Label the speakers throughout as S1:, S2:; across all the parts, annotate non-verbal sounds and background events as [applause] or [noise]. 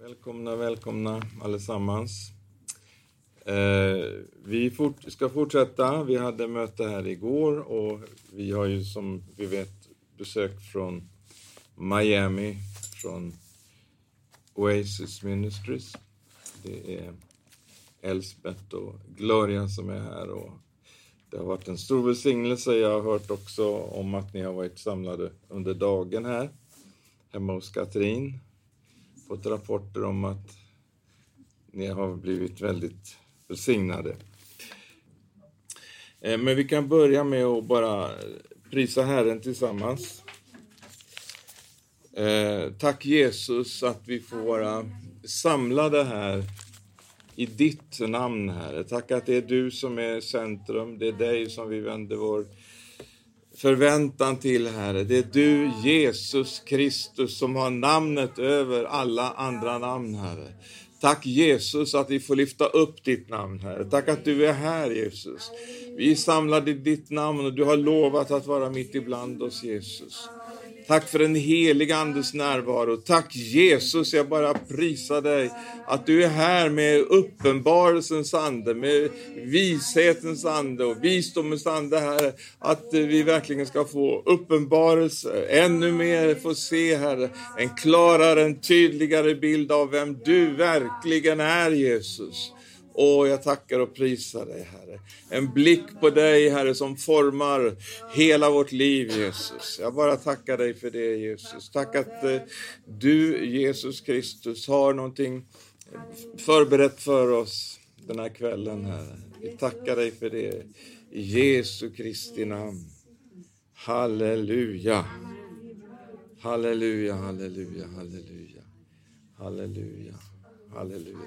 S1: Välkomna, välkomna allesammans. Eh, vi fort, ska fortsätta. Vi hade möte här igår och vi har ju som vi vet besök från Miami, från Oasis Ministries. Det är Elsbeth och Gloria som är här och det har varit en stor välsignelse. Jag har hört också om att ni har varit samlade under dagen här hemma hos Katrin fått rapporter om att ni har blivit väldigt välsignade. Eh, Men vi kan börja med att bara prisa Herren tillsammans. Eh, Tack Jesus att vi får vara samlade här i ditt namn, Herre. Tack att det är du som är centrum, det är dig som vi vänder vår förväntan till, Herre. Det är du, Jesus Kristus, som har namnet över alla andra namn, Herre. Tack Jesus att vi får lyfta upp ditt namn, Herre. Tack att du är här, Jesus. Vi är samlade i ditt namn och du har lovat att vara mitt ibland oss, Jesus. Tack för den heliga Andes närvaro. Tack Jesus, jag bara prisar dig att du är här med uppenbarelsens ande, med vishetens ande och visdomens ande, Herre. Att vi verkligen ska få uppenbarelse, ännu mer få se, Herre, en klarare, en tydligare bild av vem du verkligen är, Jesus. Åh, jag tackar och prisar dig, Herre. En blick på dig, Herre, som formar hela vårt liv, Jesus. Jag bara tackar dig för det, Jesus. Tack att eh, du, Jesus Kristus, har någonting förberett för oss den här kvällen, Herre. Vi tackar dig för det. I Jesu Kristi namn. Halleluja. Halleluja, halleluja, halleluja. Halleluja, halleluja.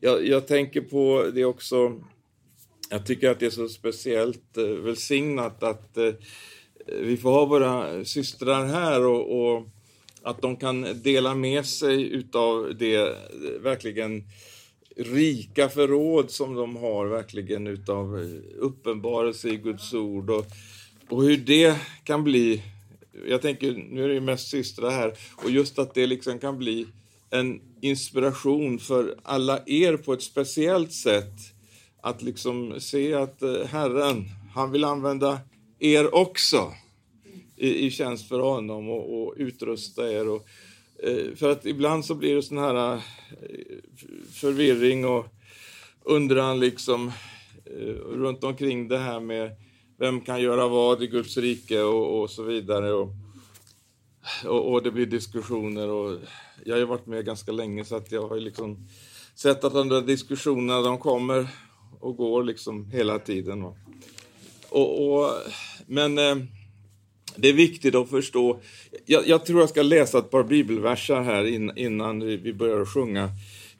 S1: Jag, jag, tänker på det också, jag tycker att det är så speciellt eh, välsignat att eh, vi får ha våra systrar här och, och, att de kan dela med sig utav det eh, verkligen rika förråd som de har verkligen utav eh, uppenbarelse i Guds ord och, och hur det kan bli, jag tänker, nu är det ju mest systrar här, och just att det liksom kan bli en inspiration för alla er på ett speciellt sätt. Att liksom se att Herren, han vill använda er också i, i tjänst för honom och, och utrusta er. Och, eh, för att ibland så blir det sån här eh, förvirring och undran liksom eh, runt omkring det här med vem kan göra vad i Guds rike och, och så vidare. Och, och, och, det blir diskussioner och jag har ju varit med ganska länge så att jag har ju liksom sett att de där diskussionerna de kommer och går liksom hela tiden. Och, och men eh, det är viktigt att förstå. Jag, jag, tror jag ska läsa ett par bibelverser här in, innan vi, vi börjar sjunga.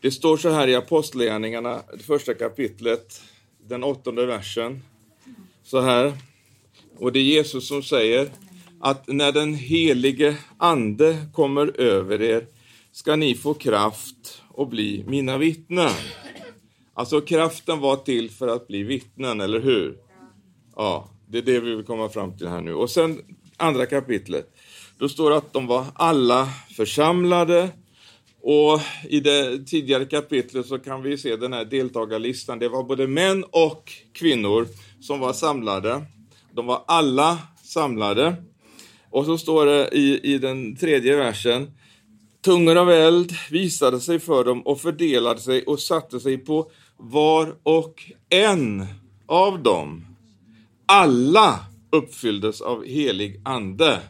S1: Det står så här i Apostlagärningarna, det första kapitlet, den åttonde versen. Så här. Och det är Jesus som säger att när den helige Ande kommer över er ska ni få kraft och bli mina vittnen. Alltså kraften var till för att bli vittnen, eller hur? Ja, det är det vi vill komma fram till här nu. Och sen andra kapitlet. Då står det att de var alla församlade och i det tidigare kapitlet så kan vi se den här deltagarlistan. Det var både män och kvinnor som var samlade. De var alla samlade. Och så står det i, i den tredje versen. Tungor av eld visade sig för dem och fördelade sig och satte sig på var och en av dem. Alla uppfylldes av helig ande.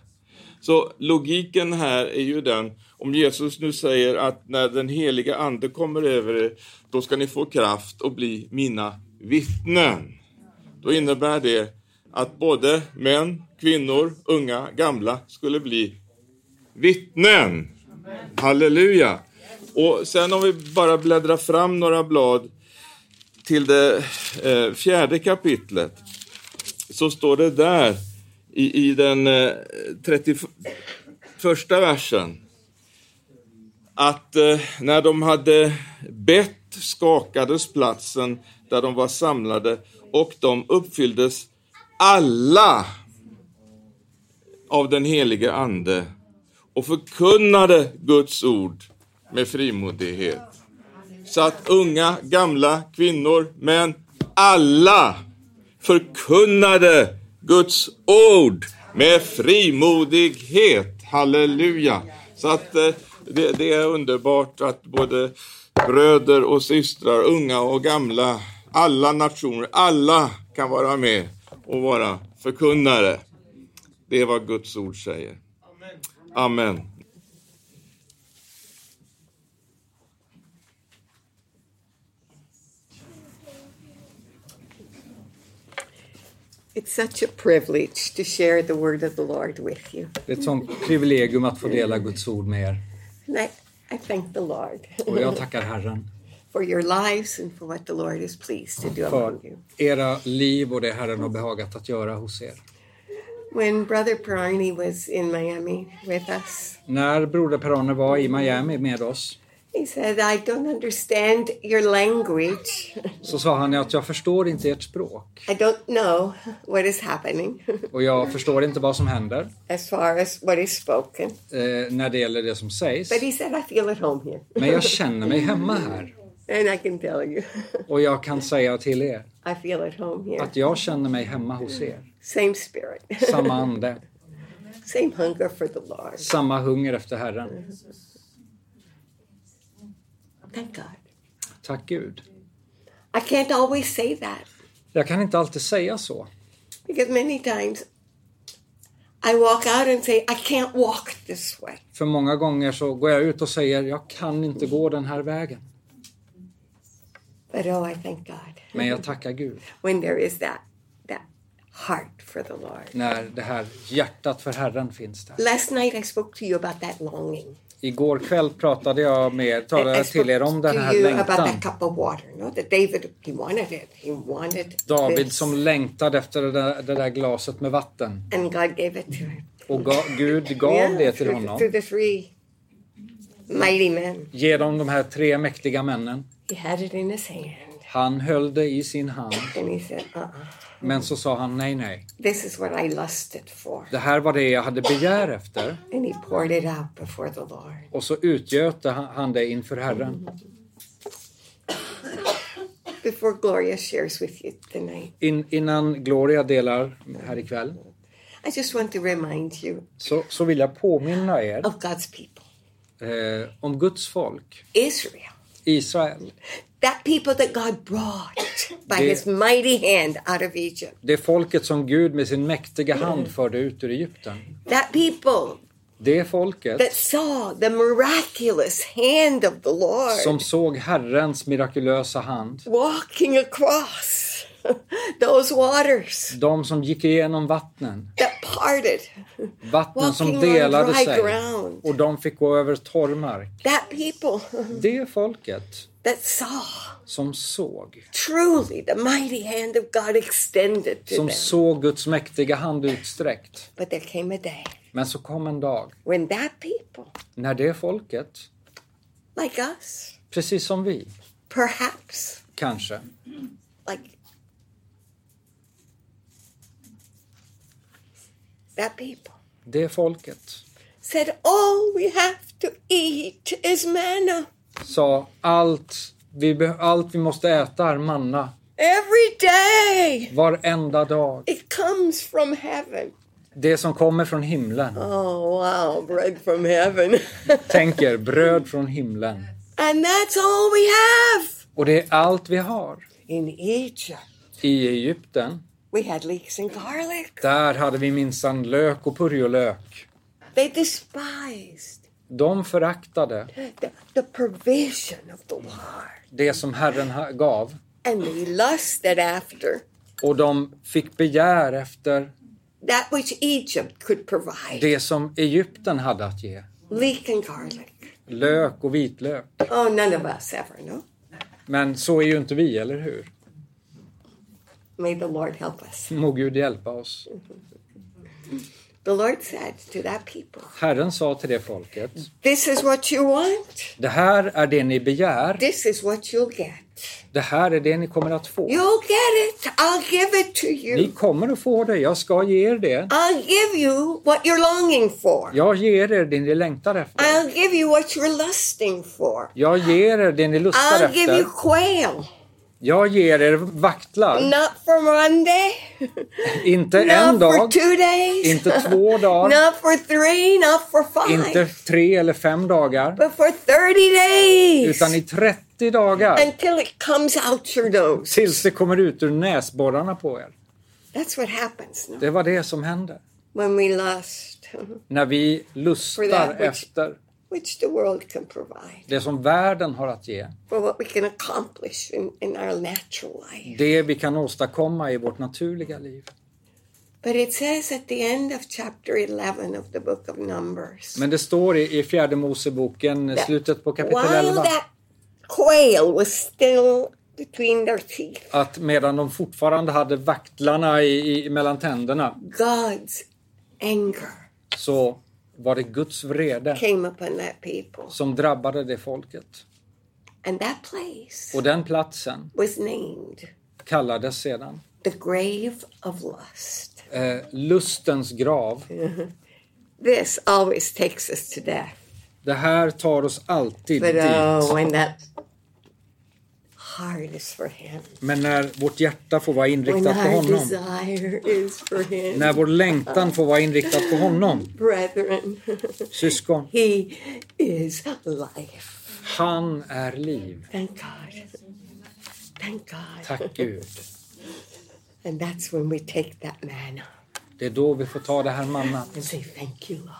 S1: Så logiken här är ju den, om Jesus nu säger att när den heliga ande kommer över er, då ska ni få kraft och bli mina vittnen. Då innebär det att både män, kvinnor, unga, gamla skulle bli vittnen. Halleluja! Och sen om vi bara bläddrar fram några blad till det eh, fjärde kapitlet så står det där i, i den eh, 31 versen att eh, när de hade bett skakades platsen där de var samlade och de uppfylldes alla av den helige Ande och förkunnade Guds ord med frimodighet. Så att unga, gamla, kvinnor, män, alla förkunnade Guds ord med frimodighet. Halleluja! Så att eh, det, det är underbart att både bröder och systrar, unga och gamla, alla nationer, alla kan vara med och vara förkunnare. Det är vad Guds ord säger. Amen.
S2: It's such a privilege to share the word of the Lord with you.
S3: Det är ett sånt privilegium att få dela Guds ord med er.
S2: And I, I thank the Lord
S3: Och jag tackar Herren
S2: for your lives and for what the Lord is pleased to do among
S3: för
S2: you.
S3: era liv och det Herren har behagat att göra hos er.
S2: When Brother Perani was in Miami with us,
S3: När broder Per-Arne var i Miami med oss
S2: he said, I don't understand your language.
S3: så sa han att jag förstår inte ert språk
S2: I don't know what is happening
S3: och jag förstår inte vad som händer
S2: as far as what is spoken.
S3: eh, när det gäller det som sägs.
S2: But he said, I feel at home here.
S3: Men jag känner mig hemma här
S2: And I can tell you, [laughs]
S3: och jag kan säga till er
S2: I feel at home here.
S3: att jag känner mig hemma hos er.
S2: Same spirit,
S3: Samma ande,
S2: [laughs] same hunger for the Lord.
S3: samma hunger efter Herren.
S2: Thank God.
S3: Tack Gud.
S2: I can't always say that.
S3: Jag kan inte alltid säga så.
S2: Because many times I walk out and say, I can't walk this way.
S3: För många gånger så går jag ut och säger jag kan inte gå den här vägen.
S2: But oh, I thank God
S3: Men jag tackar Gud
S2: when there is that that heart for the Lord.
S3: när det här hjärtat för Herren finns där.
S2: Last night I spoke to you about that longing.
S3: Igår kväll pratade jag med,
S2: I, I
S3: talade
S2: spoke
S3: till er om den
S2: to
S3: här
S2: Eh, you about
S3: längtan.
S2: that cup of water. No, that David he wanted it. He wanted
S3: David
S2: this.
S3: som längtade efter det där, det där glaset med vatten.
S2: and God gave it to him.
S3: Och ga, Gud gav
S2: through,
S3: det till
S2: the- through
S3: honom
S2: the three mighty men.
S3: genom de här tre mäktiga männen.
S2: He had it in his hand.
S3: Han höll det i sin hand,
S2: And he said, uh-uh,
S3: men så sa han nej, nej.
S2: this is what I lusted for.
S3: Det här var det jag hade begär efter.
S2: And he poured it out before the Lord.
S3: Och så utgöt han han det inför Herren.
S2: Before Gloria shares with you tonight,
S3: In, innan Gloria delar här ikväll
S2: I just want to remind you
S3: så, så vill jag påminna er
S2: of God's people,
S3: eh, om Guds folk,
S2: Israel,
S3: Israel.
S2: that people that God brought by
S3: Det-
S2: his mighty hand out of Egypt,
S3: Det folket som Gud med sin mäktiga hand förde ut ur Egypten.
S2: that people
S3: Det folket
S2: that saw the miraculous hand of the Lord
S3: som såg Herrens mirakulösa hand.
S2: walking across [laughs] those waters
S3: De som gick igenom vattnen,
S2: that parted,
S3: vattnen som
S2: Walking on
S3: delade
S2: dry
S3: sig
S2: ground.
S3: och de fick gå över torr mark.
S2: that people [laughs]
S3: Det folket
S2: that saw
S3: som såg,
S2: truly the mighty hand of God extended to
S3: som
S2: them.
S3: såg Guds mäktiga hand utsträckt.
S2: But there came a day
S3: Men så kom en dag
S2: when that people,
S3: när det folket,
S2: like us,
S3: precis som vi,
S2: perhaps
S3: kanske,
S2: like that people
S3: det folket
S2: said all we have to eat is manna
S3: sa allt vi, be- allt vi måste äta är manna
S2: every day
S3: varenda dag.
S2: it comes from heaven
S3: Det som kommer från himlen.
S2: oh wow bread from heaven [laughs]
S3: Tänk er bröd från himlen.
S2: and that's all we have
S3: Och det är allt vi har.
S2: in egypt
S3: I Egypten,
S2: we had leeks and garlic
S3: där hade vi minsann lök och purjolök.
S2: they despised
S3: De föraktade
S2: the, the provision of the lord
S3: det som Herren ha- gav
S2: and they lusted after
S3: och de fick begär efter
S2: that which Egypt could provide
S3: det som Egypten hade att ge.
S2: leek and garlic.
S3: Lök och vitlök.
S2: Oh, none of us ever, no?
S3: Men så är ju inte vi, eller hur?
S2: May the Lord help us.
S3: Må Gud hjälpa oss.
S2: The Lord said to that people,
S3: Herren sa till det folket,
S2: This is what you want,
S3: det här är det ni begär,
S2: this is what you'll get.
S3: det här är det ni kommer att få.
S2: You'll get it, I'll give it to
S3: Ni
S2: you.
S3: kommer att få det, jag ska ge er det.
S2: I'll give you what you're longing for.
S3: Jag ger er det ni längtar efter.
S2: I'll give you what you're lusting for.
S3: Jag ger er det ni lustar
S2: I'll give you
S3: efter.
S2: quail,
S3: Jag ger er vaktlar.
S2: not for one day,
S3: Inte en
S2: [laughs] not for
S3: dag,
S2: two days,
S3: inte
S2: [laughs]
S3: två dagar,
S2: not for three, not for
S3: inte
S2: five,
S3: tre eller fem dagar,
S2: but for 30 days
S3: utan i 30 dagar.
S2: until it comes out your nose.
S3: Tills det kommer ut ur näsborrarna på er.
S2: That's what happens no?
S3: Det var det som hände.
S2: when we lust, [laughs]
S3: När vi lustar
S2: that which-
S3: efter
S2: which the world can provide,
S3: det som världen har att ge.
S2: for what we can accomplish in, in our natural life.
S3: Det vi kan åstadkomma i vårt naturliga liv.
S2: But it says at the end of chapter 11 of the book of Numbers.
S3: Men det står i, i fjärde Moseboken, slutet på kapitel
S2: While
S3: 11,
S2: that quail was still between their teeth,
S3: att medan de fortfarande hade vaktlarna i, i, mellan tänderna
S2: God's anger
S3: så var det Guds vrede
S2: came upon that people.
S3: som drabbade det folket.
S2: And that place
S3: Och den platsen
S2: was named
S3: kallades sedan
S2: the grave of lust.
S3: eh, lustens grav.
S2: This always takes us to death.
S3: Det här tar oss alltid
S2: But
S3: dit.
S2: oh, when that heart is for Him,
S3: Men när vårt hjärta får vara
S2: when
S3: inriktat på
S2: our
S3: honom,
S2: desire is for Him,
S3: när vår längtan får vara inriktad på honom,
S2: brethren, [laughs]
S3: syskon,
S2: He is life.
S3: han är liv.
S2: Thank God. Thank God.
S3: Tack Gud.
S2: And that's when we take that manna
S3: Det är då vi får ta det här mannat
S2: and say, Thank you, Lord.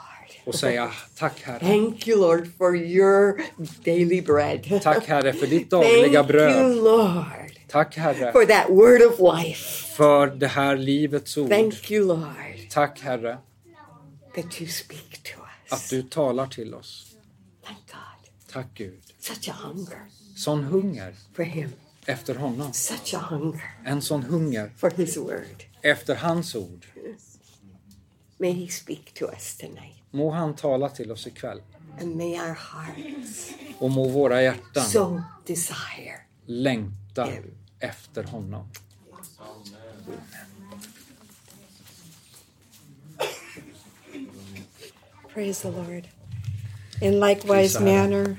S2: [laughs]
S3: och säga tack Herre.
S2: Thank you, Lord, for your daily bread.
S3: Tack Herre för ditt
S2: Thank
S3: dagliga bröd.
S2: you, Lord,
S3: Tack Herre
S2: for that word of life.
S3: för det här livets ord.
S2: Thank you, Lord,
S3: Tack Herre
S2: that you speak to
S3: att
S2: us.
S3: du talar till oss.
S2: Thank God.
S3: Tack Gud.
S2: Such a hunger
S3: Sån hunger
S2: for Him.
S3: efter honom.
S2: Such a hunger
S3: En sån hunger
S2: for His word.
S3: efter hans ord.
S2: May He speak to us tonight.
S3: Må han tala till oss ikväll.
S2: And may our hearts
S3: Och må våra hjärtan
S2: so desire.
S3: längta efter honom.
S4: Praise the Lord. In likewise
S3: Lisa.
S4: manner,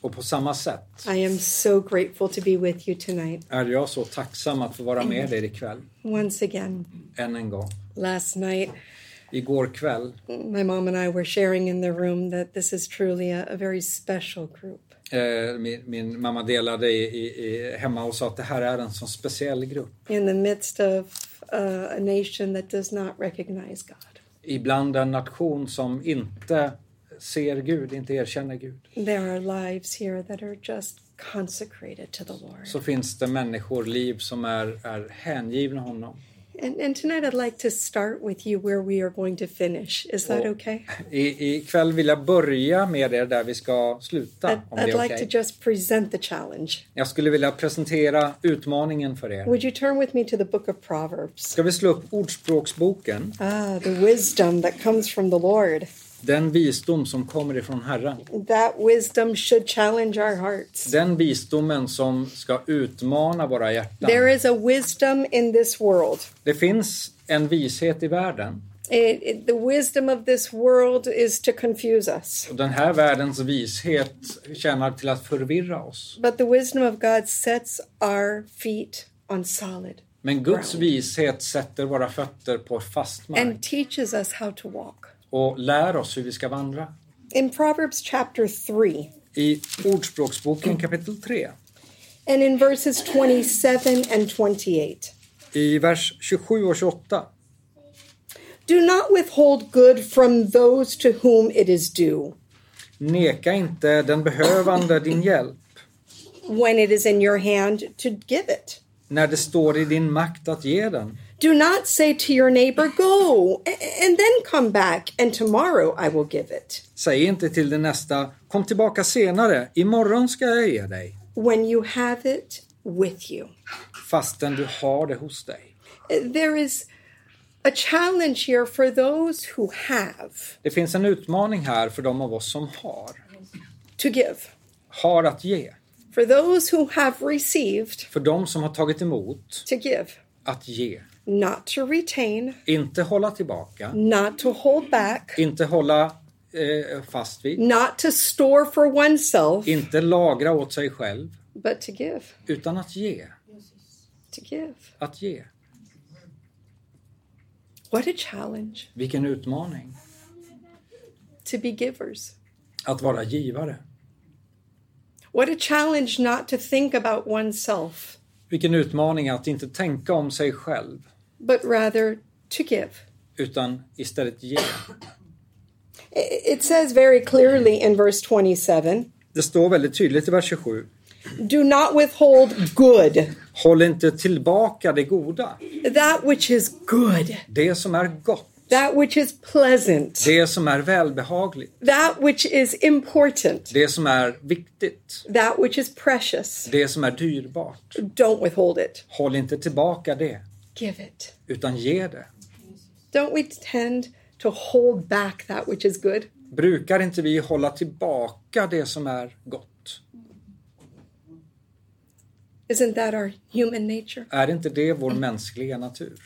S3: Och på samma sätt
S4: I am so grateful to be with you tonight.
S3: är jag så tacksam att få vara med dig ikväll.
S4: Once again,
S3: Än en gång.
S4: last night,
S3: Igår kväll
S4: my mom and I were sharing in the room that this is truly a, a very special group.
S3: Eh, min, min mamma delade i, i, i, hemma och sa att det här är en sån speciell grupp.
S4: In the midst of uh, a nation that does not recognize God,
S3: Ibland en nation som inte ser Gud, inte erkänner Gud.
S4: there are lives here that are just consecrated to the Lord.
S3: Så finns det människor, liv som är, är hängivna honom.
S4: And, and tonight, I'd like to start with you where we are going to finish. Is that
S3: Oh.
S4: okay?
S3: I, ikväll vill jag börja med er där vi ska sluta,
S4: I'd,
S3: om det
S4: I'd
S3: är
S4: like
S3: okej.
S4: to just present the challenge.
S3: Jag skulle vilja presentera utmaningen för er.
S4: Would you turn with me to the book of Proverbs?
S3: Ska vi slå upp Ordspråksboken,
S4: Ah, the wisdom that comes from the Lord.
S3: den visdom som kommer ifrån Herren.
S4: That wisdom should challenge our hearts.
S3: Den visdomen som ska utmana våra hjärtan.
S4: There is a wisdom in this world.
S3: Det finns en vishet i världen.
S4: It, it- the wisdom of this world is to confuse us.
S3: Och den här världens vishet tjänar till att förvirra oss.
S4: But the wisdom of God sets our feet on solid
S3: Men Guds
S4: Ground.
S3: vishet sätter våra fötter på fast mark
S4: and teaches us how to walk.
S3: och lär oss hur vi ska vandra.
S4: In Proverbs chapter 3,
S3: I Ordspråksboken kapitel 3,
S4: and in verses 27 and 28.
S3: i vers 27 och 28.
S4: Do not withhold good from those to whom it is due,
S3: Neka inte den behövande din hjälp
S4: when it is in your hand to give it.
S3: när det står i din makt att ge den.
S4: Do not say to your neighbor, Go, a- and then come back, and tomorrow I will give it.
S3: Säg inte till din nästa, kom tillbaka senare, imorgon ska jag ge dig,
S4: When you have it with you,
S3: fastän du har det hos dig.
S4: there is a challenge here for those who have
S3: Det finns en utmaning här för de av oss som har.
S4: to give,
S3: Har att ge.
S4: for those who have received
S3: För de som har tagit emot,
S4: to give,
S3: att ge.
S4: not to retain,
S3: Inte hålla tillbaka.
S4: not to hold back,
S3: Inte hålla eh, fast vid.
S4: not to store for oneself,
S3: Inte lagra åt sig själv.
S4: but to give,
S3: Utan att ge.
S4: to give.
S3: Att ge.
S4: What a challenge
S3: Vilken utmaning.
S4: to be givers.
S3: Att vara givare.
S4: What a challenge not to think about oneself,
S3: Vilken utmaning att inte tänka om sig själv.
S4: but rather to give.
S3: Utan istället ge.
S4: I- It says very clearly in verse 27
S3: Det står väldigt tydligt i vers 27.
S4: do not withhold good,
S3: Håll inte tillbaka det goda.
S4: that which is good,
S3: Det som är gott.
S4: that which is pleasant,
S3: Det som är välbehagligt.
S4: that which is important,
S3: Det som är viktigt.
S4: that which is precious.
S3: Det som är dyrbart.
S4: Don't withhold it,
S3: Håll inte tillbaka det.
S4: give it.
S3: Utan ge det.
S4: Don't we tend to hold back that which is good?
S3: Brukar inte vi hålla tillbaka det som är gott?
S4: Isn't that our human nature?
S3: Är inte det vår mänskliga natur?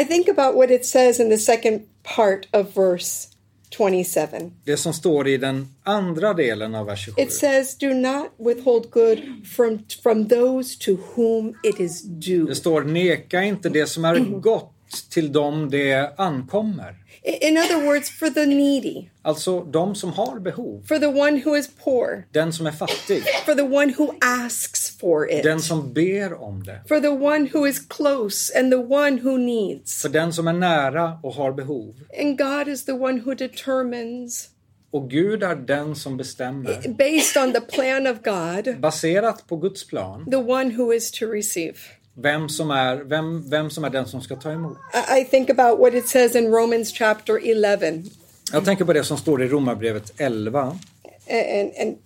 S4: I think about what it says in the second part of verse 27.
S3: Det som står i den andra delen av vers 27.
S4: It says, "Do not withhold good from from those to whom it is due."
S3: Det står neka inte det som är gott till dem det ankommer.
S4: I- In other words, for the needy,
S3: Alltså de som har behov.
S4: for the one who is poor,
S3: Den som är fattig.
S4: for the one who asks for it,
S3: Den som ber om det.
S4: for the one who is close and the one who needs.
S3: För den som är nära och har behov.
S4: And God is the one who determines
S3: Och Gud är den som bestämmer.
S4: based on the plan of God,
S3: Baserat på Guds plan.
S4: the one who is to receive.
S3: Vem som är, vem, vem som är den som ska ta emot.
S4: I I think about what it says in Romans chapter 11
S3: Jag tänker på det som står i Romarbrevet 11.
S4: and and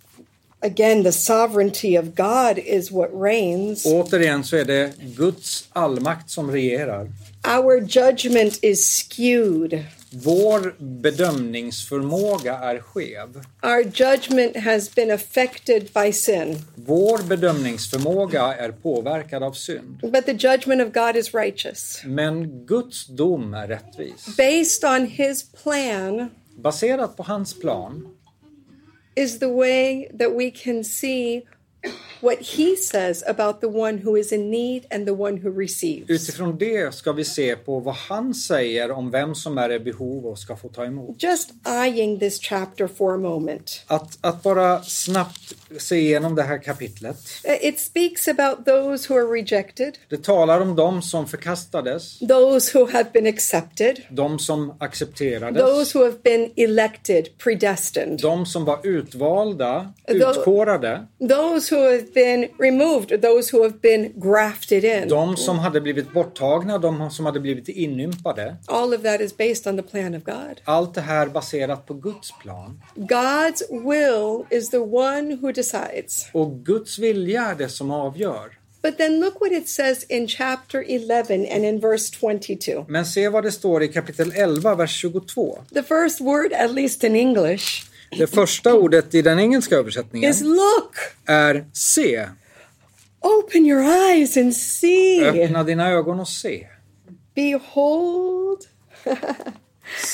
S4: again the sovereignty of god is what reigns
S3: Återigen så är det Guds allmakt som regerar.
S4: our judgment is skewed
S3: Vår bedömningsförmåga är skev.
S4: our judgment has been affected by sin
S3: Vår bedömningsförmåga är påverkad av synd.
S4: but the judgment of god is righteous
S3: Men Guds dom är rättvis.
S4: based on his plan
S3: Baserat på hans plan
S4: is the way that we can see what he says about the one who is in need and the one who receives
S3: Utifrån det ska vi se på vad han säger om vem som är i behov och ska få ta emot.
S4: just eyeing this chapter for a moment
S3: Att, att bara snabbt se igenom det här kapitlet.
S4: It speaks about those who are rejected,
S3: Det talar om de som förkastades,
S4: those who have been accepted,
S3: de som accepterades,
S4: those who have been elected, predestined,
S3: de som var utvalda,
S4: Då-
S3: utkårade,
S4: those who have been removed, those who have been grafted in.
S3: de som hade blivit borttagna, de som hade blivit inympade.
S4: All of that is based on the plan of God.
S3: Allt det här baserat på Guds plan.
S4: God's will is the one who decides.
S3: Och Guds vilja är det som avgör.
S4: But then look what it says in chapter 11 and in verse 22.
S3: Men se vad det står i kapitel 11, vers 22.
S4: The first word, at least in English,
S3: Det första ordet i den engelska översättningen
S4: is look,
S3: är se.
S4: open your eyes and see.
S3: Öppna dina ögon och se.
S4: Behold [laughs]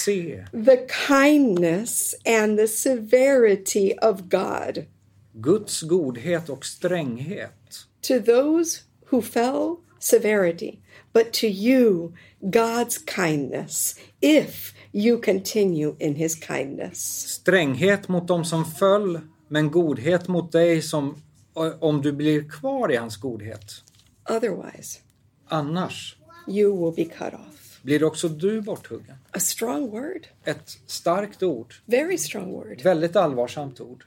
S3: Se
S4: the kindness and the severity of God
S3: Guds godhet och stränghet.
S4: to those who fell, severity, but to you, God's kindness, if you continue in his kindness.
S3: Stränghet mot dem som föll, men godhet mot dig som om du blir kvar i hans godhet.
S4: Otherwise,
S3: Annars
S4: you will be cut off.
S3: blir också du borthuggen.
S4: A strong word,
S3: Ett starkt ord,
S4: very strong word.
S3: väldigt allvarsamt ord.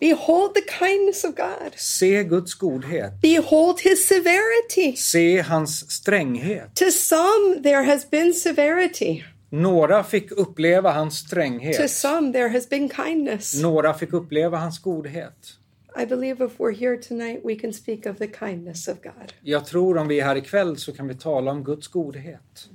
S4: Behold the kindness of God,
S3: Se Guds godhet.
S4: behold his severity.
S3: Se hans stränghet.
S4: To some, there has been severity.
S3: Några fick uppleva hans
S4: To
S3: stränghet.
S4: some, there has been kindness.
S3: Några fick uppleva hans godhet.
S4: I believe if we're here tonight, we can speak of the kindness of God.
S3: Jag tror om vi är här ikväll så kan vi tala om Guds godhet.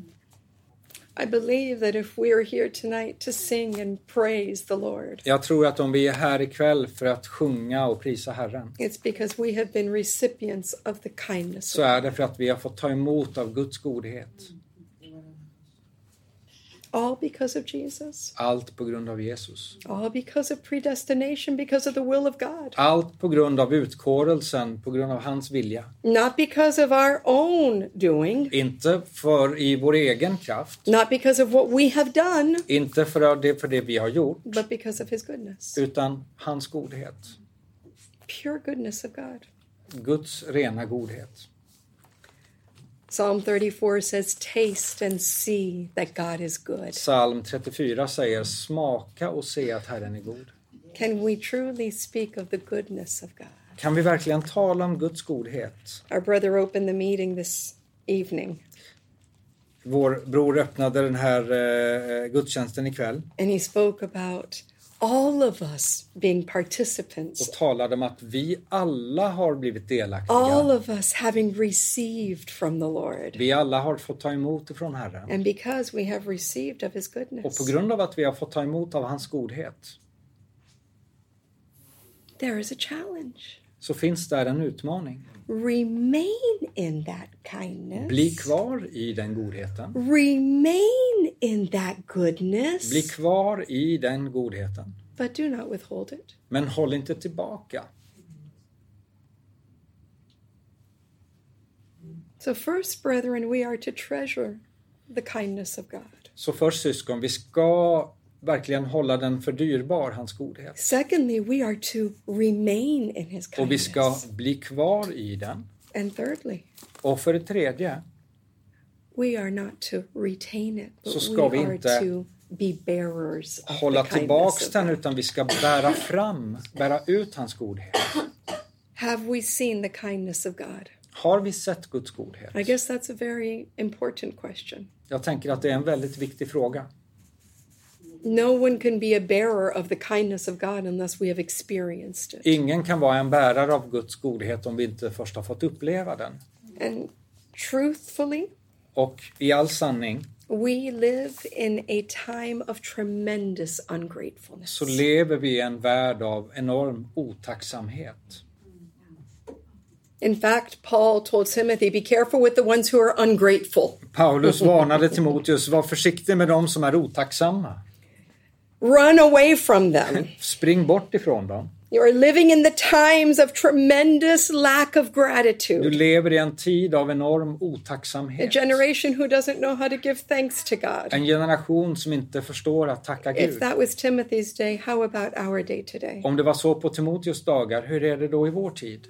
S4: I believe that if we are here tonight to sing and praise the Lord,
S3: Jag tror att om vi är här ikväll för att sjunga och prisa Herren
S4: it's because we have been recipients of the kindness.
S3: så är det för att vi har fått ta emot av Guds godhet.
S4: All because of Jesus.
S3: Allt på grund av Jesus.
S4: All because of predestination, because of the will of God.
S3: Allt på grund av utkårelsen, på grund av hans vilja.
S4: Not because of our own doing,
S3: Inte för i vår egen kraft,
S4: not because of what we have done,
S3: inte för det, för det vi har gjort,
S4: but because of His goodness.
S3: utan hans godhet.
S4: Pure goodness of God.
S3: Guds rena godhet.
S4: Psalm 34 says, Taste and see that God is good.
S3: Psalm 34 säger smaka och se att Herren är god.
S4: Can we truly speak of the goodness of God?
S3: Kan vi verkligen tala om Guds godhet?
S4: Our brother opened the meeting this evening
S3: Vår bror öppnade den här eh, gudstjänsten ikväll
S4: and he spoke about all of us being participants,
S3: och talade om att vi alla har blivit
S4: all
S3: delaktiga.
S4: of us having received from the Lord.
S3: Vi alla har fått ta emot ifrån Herren.
S4: And because we have received of his
S3: Och på
S4: goodness,
S3: grund av att vi har fått ta emot av hans godhet
S4: there is a challenge.
S3: så finns där en utmaning.
S4: Remain in that kindness.
S3: Bli kvar i den godheten.
S4: Remain in that goodness.
S3: Bli kvar i den godheten.
S4: But do not withhold it.
S3: Men håll inte tillbaka.
S4: So, first, brethren, we are to treasure the kindness of God.
S3: Så först syskon, vi ska verkligen hålla den för dyrbar, hans godhet.
S4: Secondly, we are to remain in his
S3: Och vi
S4: kindness.
S3: ska bli kvar i den.
S4: And thirdly,
S3: Och för det tredje,
S4: we are not to retain it, but
S3: Så ska
S4: we
S3: vi
S4: are
S3: inte
S4: to be bearers of
S3: hålla
S4: the kindness
S3: tillbaks
S4: of God.
S3: den utan vi ska bära fram, bära ut hans godhet.
S4: Have we seen the kindness of God?
S3: Har vi sett Guds
S4: I
S3: godhet?
S4: guess that's a very important question.
S3: Jag tänker att det är en väldigt viktig fråga.
S4: No one can be a bearer of the kindness of God unless we have experienced it.
S3: Ingen kan vara en bärare av Guds godhet om vi inte först har fått uppleva den.
S4: And truthfully,
S3: Och i all sanning
S4: we live in a time of tremendous ungratefulness.
S3: så lever vi i en värld av enorm otacksamhet.
S4: In fact, Paul told Timothy, Be careful with the ones who are ungrateful.
S3: Paulus varnade Timoteus, var försiktig med dem som är otacksamma.
S4: Run away from them.
S3: [laughs] Spring bort ifrån dem.
S4: You are living in the times of tremendous lack of
S3: Du
S4: gratitude.
S3: lever i en tid av enorm
S4: A
S3: otacksamhet.
S4: generation who doesn't know how to give thanks to God.
S3: En generation som inte förstår att tacka
S4: If
S3: Gud.
S4: that was Timothy's day, how about our day today?
S3: Om det var så på Timoteus dagar, hur är det då i vår tid?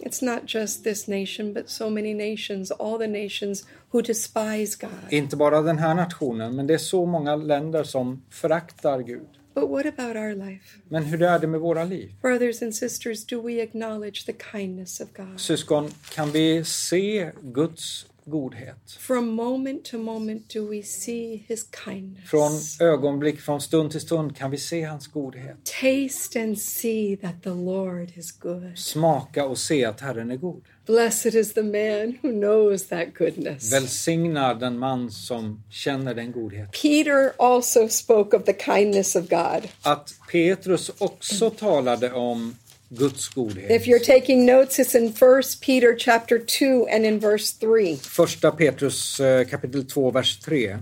S4: It's not just this nation, but so many nations, all the nations who despise God.
S3: Inte bara den här nationen, men det är så många länder som föraktar Gud.
S4: But what about our life?
S3: Men hur är det med våra liv?
S4: Brothers and sisters, do we acknowledge the kindness of God?
S3: Syskon, kan vi se Guds godhet?
S4: From moment to moment, do we see his kindness?
S3: Från ögonblick, från stund till stund kan vi se hans godhet.
S4: Taste and see that the Lord is good.
S3: Smaka och se att Herren är god.
S4: Blessed is the man who knows that goodness.
S3: Välsignar den man som känner den godheten.
S4: Peter also spoke of the kindness of God.
S3: Att Petrus också talade om Guds
S4: If
S3: godhet.
S4: you're taking notes, it's in 1 Peter chapter 2 and in verse 3.
S3: Första Petrus eh, kapitel 2, vers 3.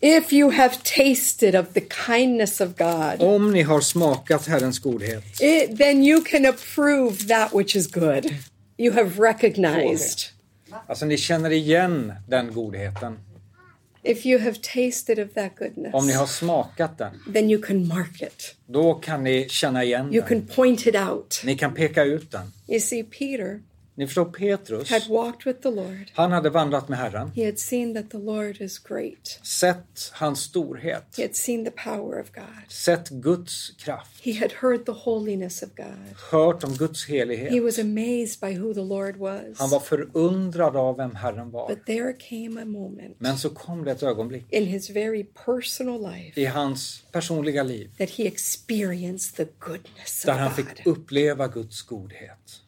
S4: If you have tasted of the kindness of God,
S3: Om ni har smakat Herrens godhet
S4: it, then you can approve that which is good. You have recognized.
S3: Alltså ni känner igen den godheten.
S4: If you have tasted of that goodness,
S3: Om ni har smakat den,
S4: then you can mark it.
S3: då kan ni känna igen
S4: You
S3: den.
S4: can point it out.
S3: Ni kan peka ut den.
S4: You see, Peter
S3: Ni förstår Petrus,
S4: had walked with the Lord.
S3: han hade vandrat med Herren,
S4: He had seen that the Lord is great.
S3: sett hans storhet,
S4: He had seen the power of God.
S3: sett Guds kraft,
S4: He had heard the holiness of God.
S3: hört om Guds
S4: He was
S3: helighet.
S4: amazed by who the Lord was.
S3: Han var förundrad av vem Herren var.
S4: But there came a moment
S3: Men så kom det ett ögonblick
S4: in his very personal life
S3: i hans personliga liv
S4: that he experienced the goodness
S3: där
S4: of
S3: han
S4: God.
S3: fick uppleva Guds godhet.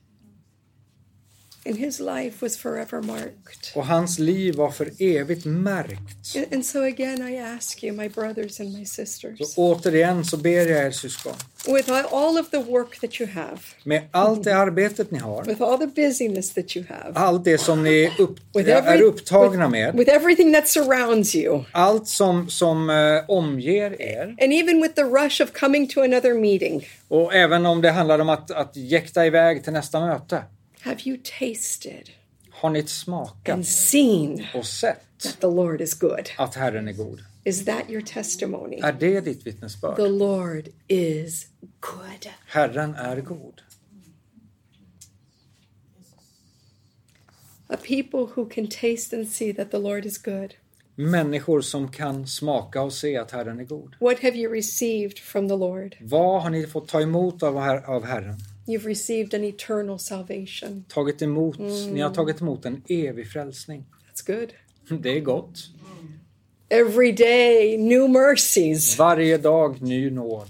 S4: and his life was forever marked.
S3: Och hans liv var för evigt märkt.
S4: And, and so again, I ask you, my brothers and my sisters,
S3: Så återigen så ber jag er syskon,
S4: with all- all of the work that you have,
S3: med allt
S4: Mm.
S3: det arbetet ni har,
S4: with all the busyness that you have,
S3: allt det som ni er upp,
S4: with,
S3: är upptagna
S4: with,
S3: med,
S4: with everything that surrounds you,
S3: allt som, som eh, omger er,
S4: and even with the rush of coming to another meeting,
S3: och även om det handlar om att, att jäkta iväg till nästa möte,
S4: have you tasted
S3: har ni smakat
S4: and seen
S3: och sett
S4: that the Lord is good?
S3: att Herren är god?
S4: Is that your testimony?
S3: Är det ditt
S4: The
S3: vittnesbörd?
S4: Lord is good.
S3: Herren är god.
S4: A people who can taste and see that the Lord is good.
S3: Människor som kan smaka och se att Herren är god.
S4: What have you received from the Lord?
S3: Vad har ni fått ta emot av, her- av Herren?
S4: You've received an eternal salvation.
S3: Tagit emot, Ni har tagit emot en evig frälsning.
S4: That's good.
S3: Det är gott.
S4: Every day, new mercies.
S3: Varje dag ny nåd.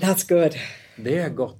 S4: That's good.
S3: Det är gott.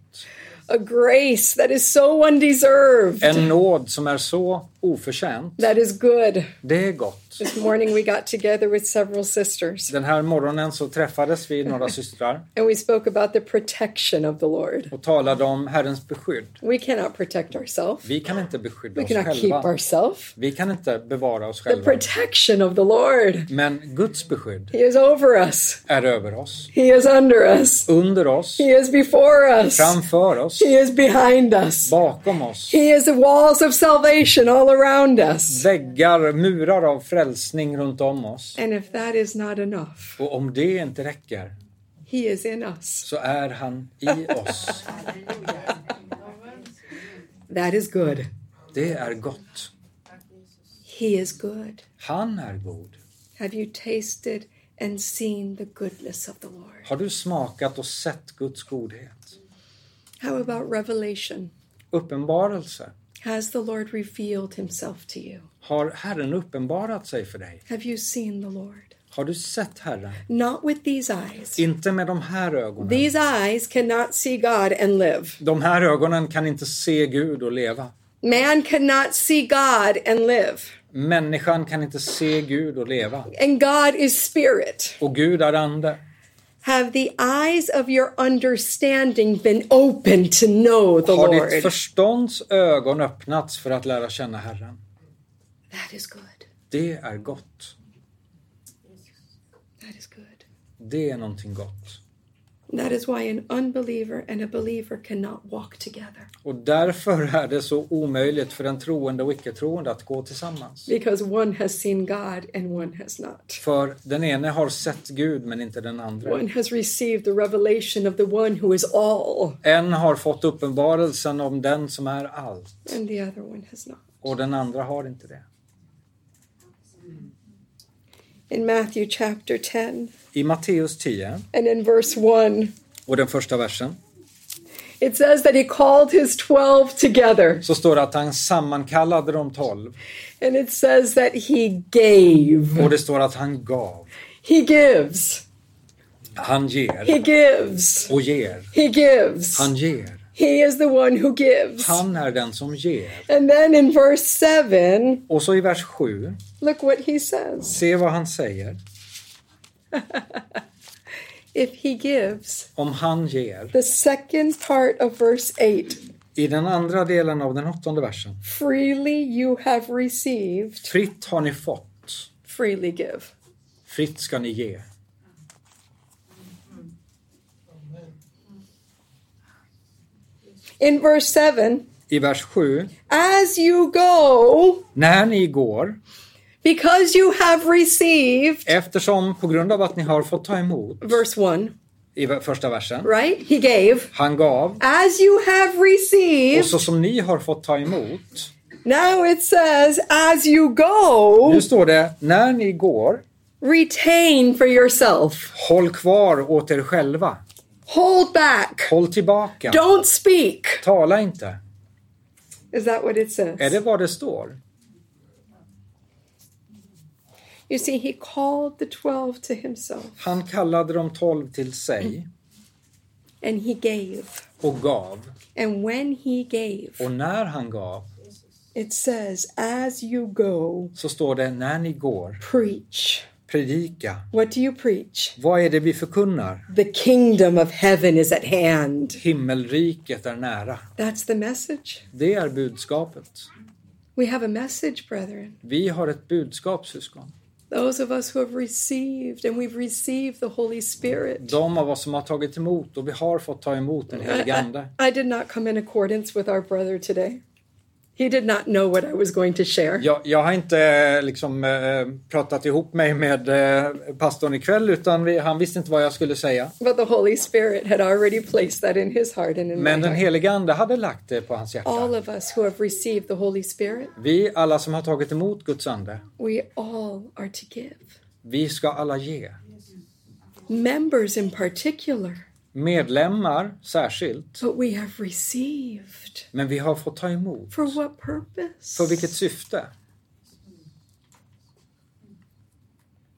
S4: A grace that is so undeserved.
S3: En nåd som är så oförtjänt.
S4: That is good.
S3: Det är gott.
S4: This morning we got together with several sisters
S3: Den här morgonen så träffades vi
S4: [laughs]
S3: några systrar
S4: and we spoke about the protection of the Lord.
S3: och talade om Herrens beskydd.
S4: We cannot protect ourselves,
S3: Vi kan inte beskydda
S4: we
S3: oss
S4: cannot keep
S3: själva.
S4: ourselves.
S3: Vi kan inte bevara oss
S4: The
S3: själva.
S4: protection of the Lord.
S3: Men Guds beskydd
S4: He is over us,
S3: är över oss,
S4: He is under us,
S3: under oss,
S4: He is before us,
S3: framför oss,
S4: He is behind us.
S3: bakom oss.
S4: He is the walls of salvation all around us.
S3: Väggar, murar av frälsning runt om oss.
S4: And if that is not enough,
S3: Och om det inte räcker
S4: He is in us.
S3: så är han i
S4: [laughs]
S3: oss.
S4: That is good.
S3: Det är gott.
S4: He is good.
S3: Han är god.
S4: Have you tasted and seen the goodness of the Lord?
S3: Har du smakat och sett Guds godhet?
S4: How about revelation?
S3: Uppenbarelse.
S4: Has the Lord revealed Himself to you?
S3: Har Herren uppenbarat sig för dig?
S4: Have you seen the Lord?
S3: Har du sett Herren?
S4: Not with these eyes.
S3: Inte med de här ögonen.
S4: These eyes cannot see God and live.
S3: De här ögonen kan inte se Gud och leva.
S4: Man cannot see God and live.
S3: Människan kan inte se Gud och leva.
S4: And God is spirit.
S3: Och Gud är ande.
S4: Have the eyes of your understanding been open to know the
S3: Har ditt
S4: Lord?
S3: förstånds ögon öppnats för att lära känna Herren?
S4: That is good.
S3: Det är gott.
S4: That is good.
S3: Det är någonting gott.
S4: That is why an unbeliever and a believer cannot walk together.
S3: Och därför är det så omöjligt för en troende och icke-troende att gå tillsammans.
S4: Because one has seen God and one has not.
S3: För den ene har sett Gud men inte den andra.
S4: One has received the revelation of the one who is all,
S3: En har fått uppenbarelsen om den som är allt
S4: and the other one has not.
S3: och den andra har inte det.
S4: In Matthew chapter 10
S3: I Matteus 10
S4: and in verse 1,
S3: och den första versen
S4: it says that he called his 12 together.
S3: så står det att han sammankallade de tolv
S4: And it says that he gave.
S3: och det står att han gav.
S4: He gives.
S3: Han
S4: He
S3: ger
S4: gives.
S3: och ger.
S4: He gives.
S3: Han ger.
S4: He is the one who gives.
S3: Han är den som ger.
S4: And then in verse 7,
S3: Och så i vers 7,
S4: look what he says.
S3: se vad han säger.
S4: If he gives,
S3: Om han ger.
S4: the second part of verse 8
S3: I den andra delen av den åttonde versen.
S4: freely you have received,
S3: Fritt har ni fått,
S4: freely give.
S3: fritt ska ni ge.
S4: In verse 7,
S3: I vers 7,
S4: as you go,
S3: när ni går,
S4: because you have received,
S3: eftersom på grund av att ni har fått ta emot,
S4: verse 1,
S3: i v- första versen,
S4: right? He gave.
S3: han gav,
S4: As you have
S3: och
S4: received,
S3: så som ni har fått ta emot,
S4: Now it says, as you
S3: nu
S4: go,
S3: står det, när ni går,
S4: retain for yourself.
S3: håll kvar åt er själva,
S4: Hold back.
S3: håll tillbaka,
S4: Don't speak.
S3: tala inte.
S4: Is that what it
S3: Är det
S4: says?
S3: vad det står?
S4: You see, he called the 12 to himself
S3: Han kallade de tolv till sig
S4: and he gave.
S3: och gav,
S4: And when he gave,
S3: och när han gav
S4: it says, as you go,
S3: så står det när ni går,
S4: preach.
S3: predika.
S4: What do you preach?
S3: Vad är det vi förkunnar?
S4: The kingdom of heaven is at hand.
S3: Himmelriket är nära.
S4: That's the message.
S3: Det är budskapet.
S4: We have a message, brethren.
S3: Vi har ett budskap syskon.
S4: Those of us who have received and we've received the Holy Spirit.
S3: De av oss som har tagit emot och vi har fått ta emot den
S4: I,
S3: helige Ande.
S4: I- I did not come in accordance with our brother today. He did not know what I was going to share.
S3: Jag, jag har inte eh, liksom, eh, pratat ihop mig med eh, pastorn ikväll utan vi, han visste inte vad jag skulle säga.
S4: But the Holy Spirit had already placed that in his heart and in
S3: Men
S4: my
S3: den
S4: heart.
S3: helige Ande hade lagt det på hans hjärta.
S4: All of us who have received the Holy Spirit,
S3: Vi alla som har tagit emot Guds Ande,
S4: we all are to give.
S3: vi ska alla ge.
S4: Members in particular,
S3: Medlemmar särskilt,
S4: but we have received.
S3: men vi har fått ta emot.
S4: For what purpose?
S3: För vilket syfte?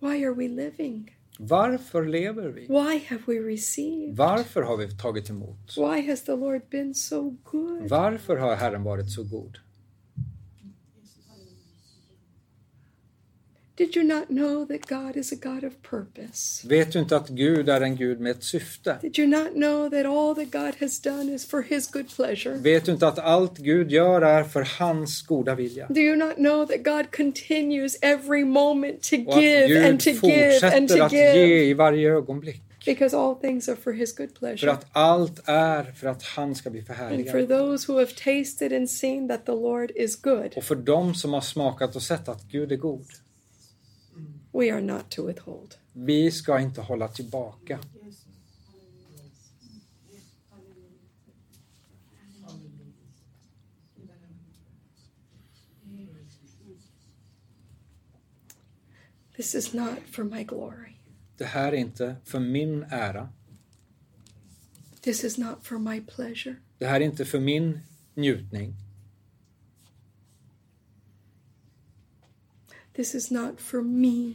S4: Why are we living?
S3: Varför lever vi?
S4: Why have we received?
S3: Varför har vi tagit emot?
S4: Why has the Lord been so good?
S3: Varför har Herren varit så god?
S4: Did you not know that God is a God of purpose?
S3: Vet du inte att Gud är en Gud med ett syfte?
S4: Did you not know that all that God has done is for His good pleasure?
S3: Vet du inte att allt Gud gör är för hans goda vilja?
S4: Do you not know that God continues every moment to
S3: Och att
S4: give and to
S3: Gud
S4: give and
S3: fortsätter
S4: to
S3: att
S4: give?
S3: ge i varje ögonblick.
S4: Because all things are for His good
S3: För
S4: pleasure.
S3: att allt är för att han ska bli
S4: And for
S3: förhärligad.
S4: those who have tasted and seen that the Lord is good,
S3: Och för dem som har smakat och sett att Gud är god.
S4: we are not to withhold.
S3: Vi ska inte hålla tillbaka.
S4: This is not for my glory.
S3: Det här är inte för min ära.
S4: This is not for my pleasure.
S3: Det här är inte för min njutning.
S4: This is not for me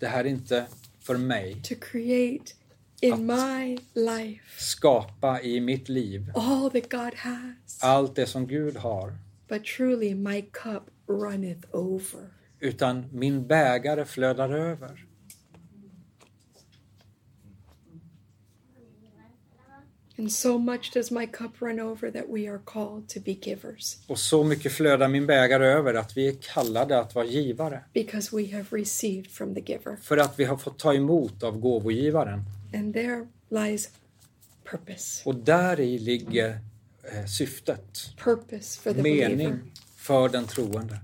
S3: Det här är inte för mig.
S4: to create in my life
S3: Skapa i mitt liv
S4: all that God has.
S3: allt det som Gud har.
S4: But truly, my cup runneth over.
S3: Utan min bägare flödar över.
S4: And so much does my cup run over that we are called to be givers
S3: Och så mycket flödar min bägare över att vi är kallade att vara givare.
S4: because we have received from the giver.
S3: För att vi har fått ta emot av gåvogivaren.
S4: And there lies purpose.
S3: Och där i ligger eh, syftet,
S4: Purpose for the believer.
S3: mening för den troende.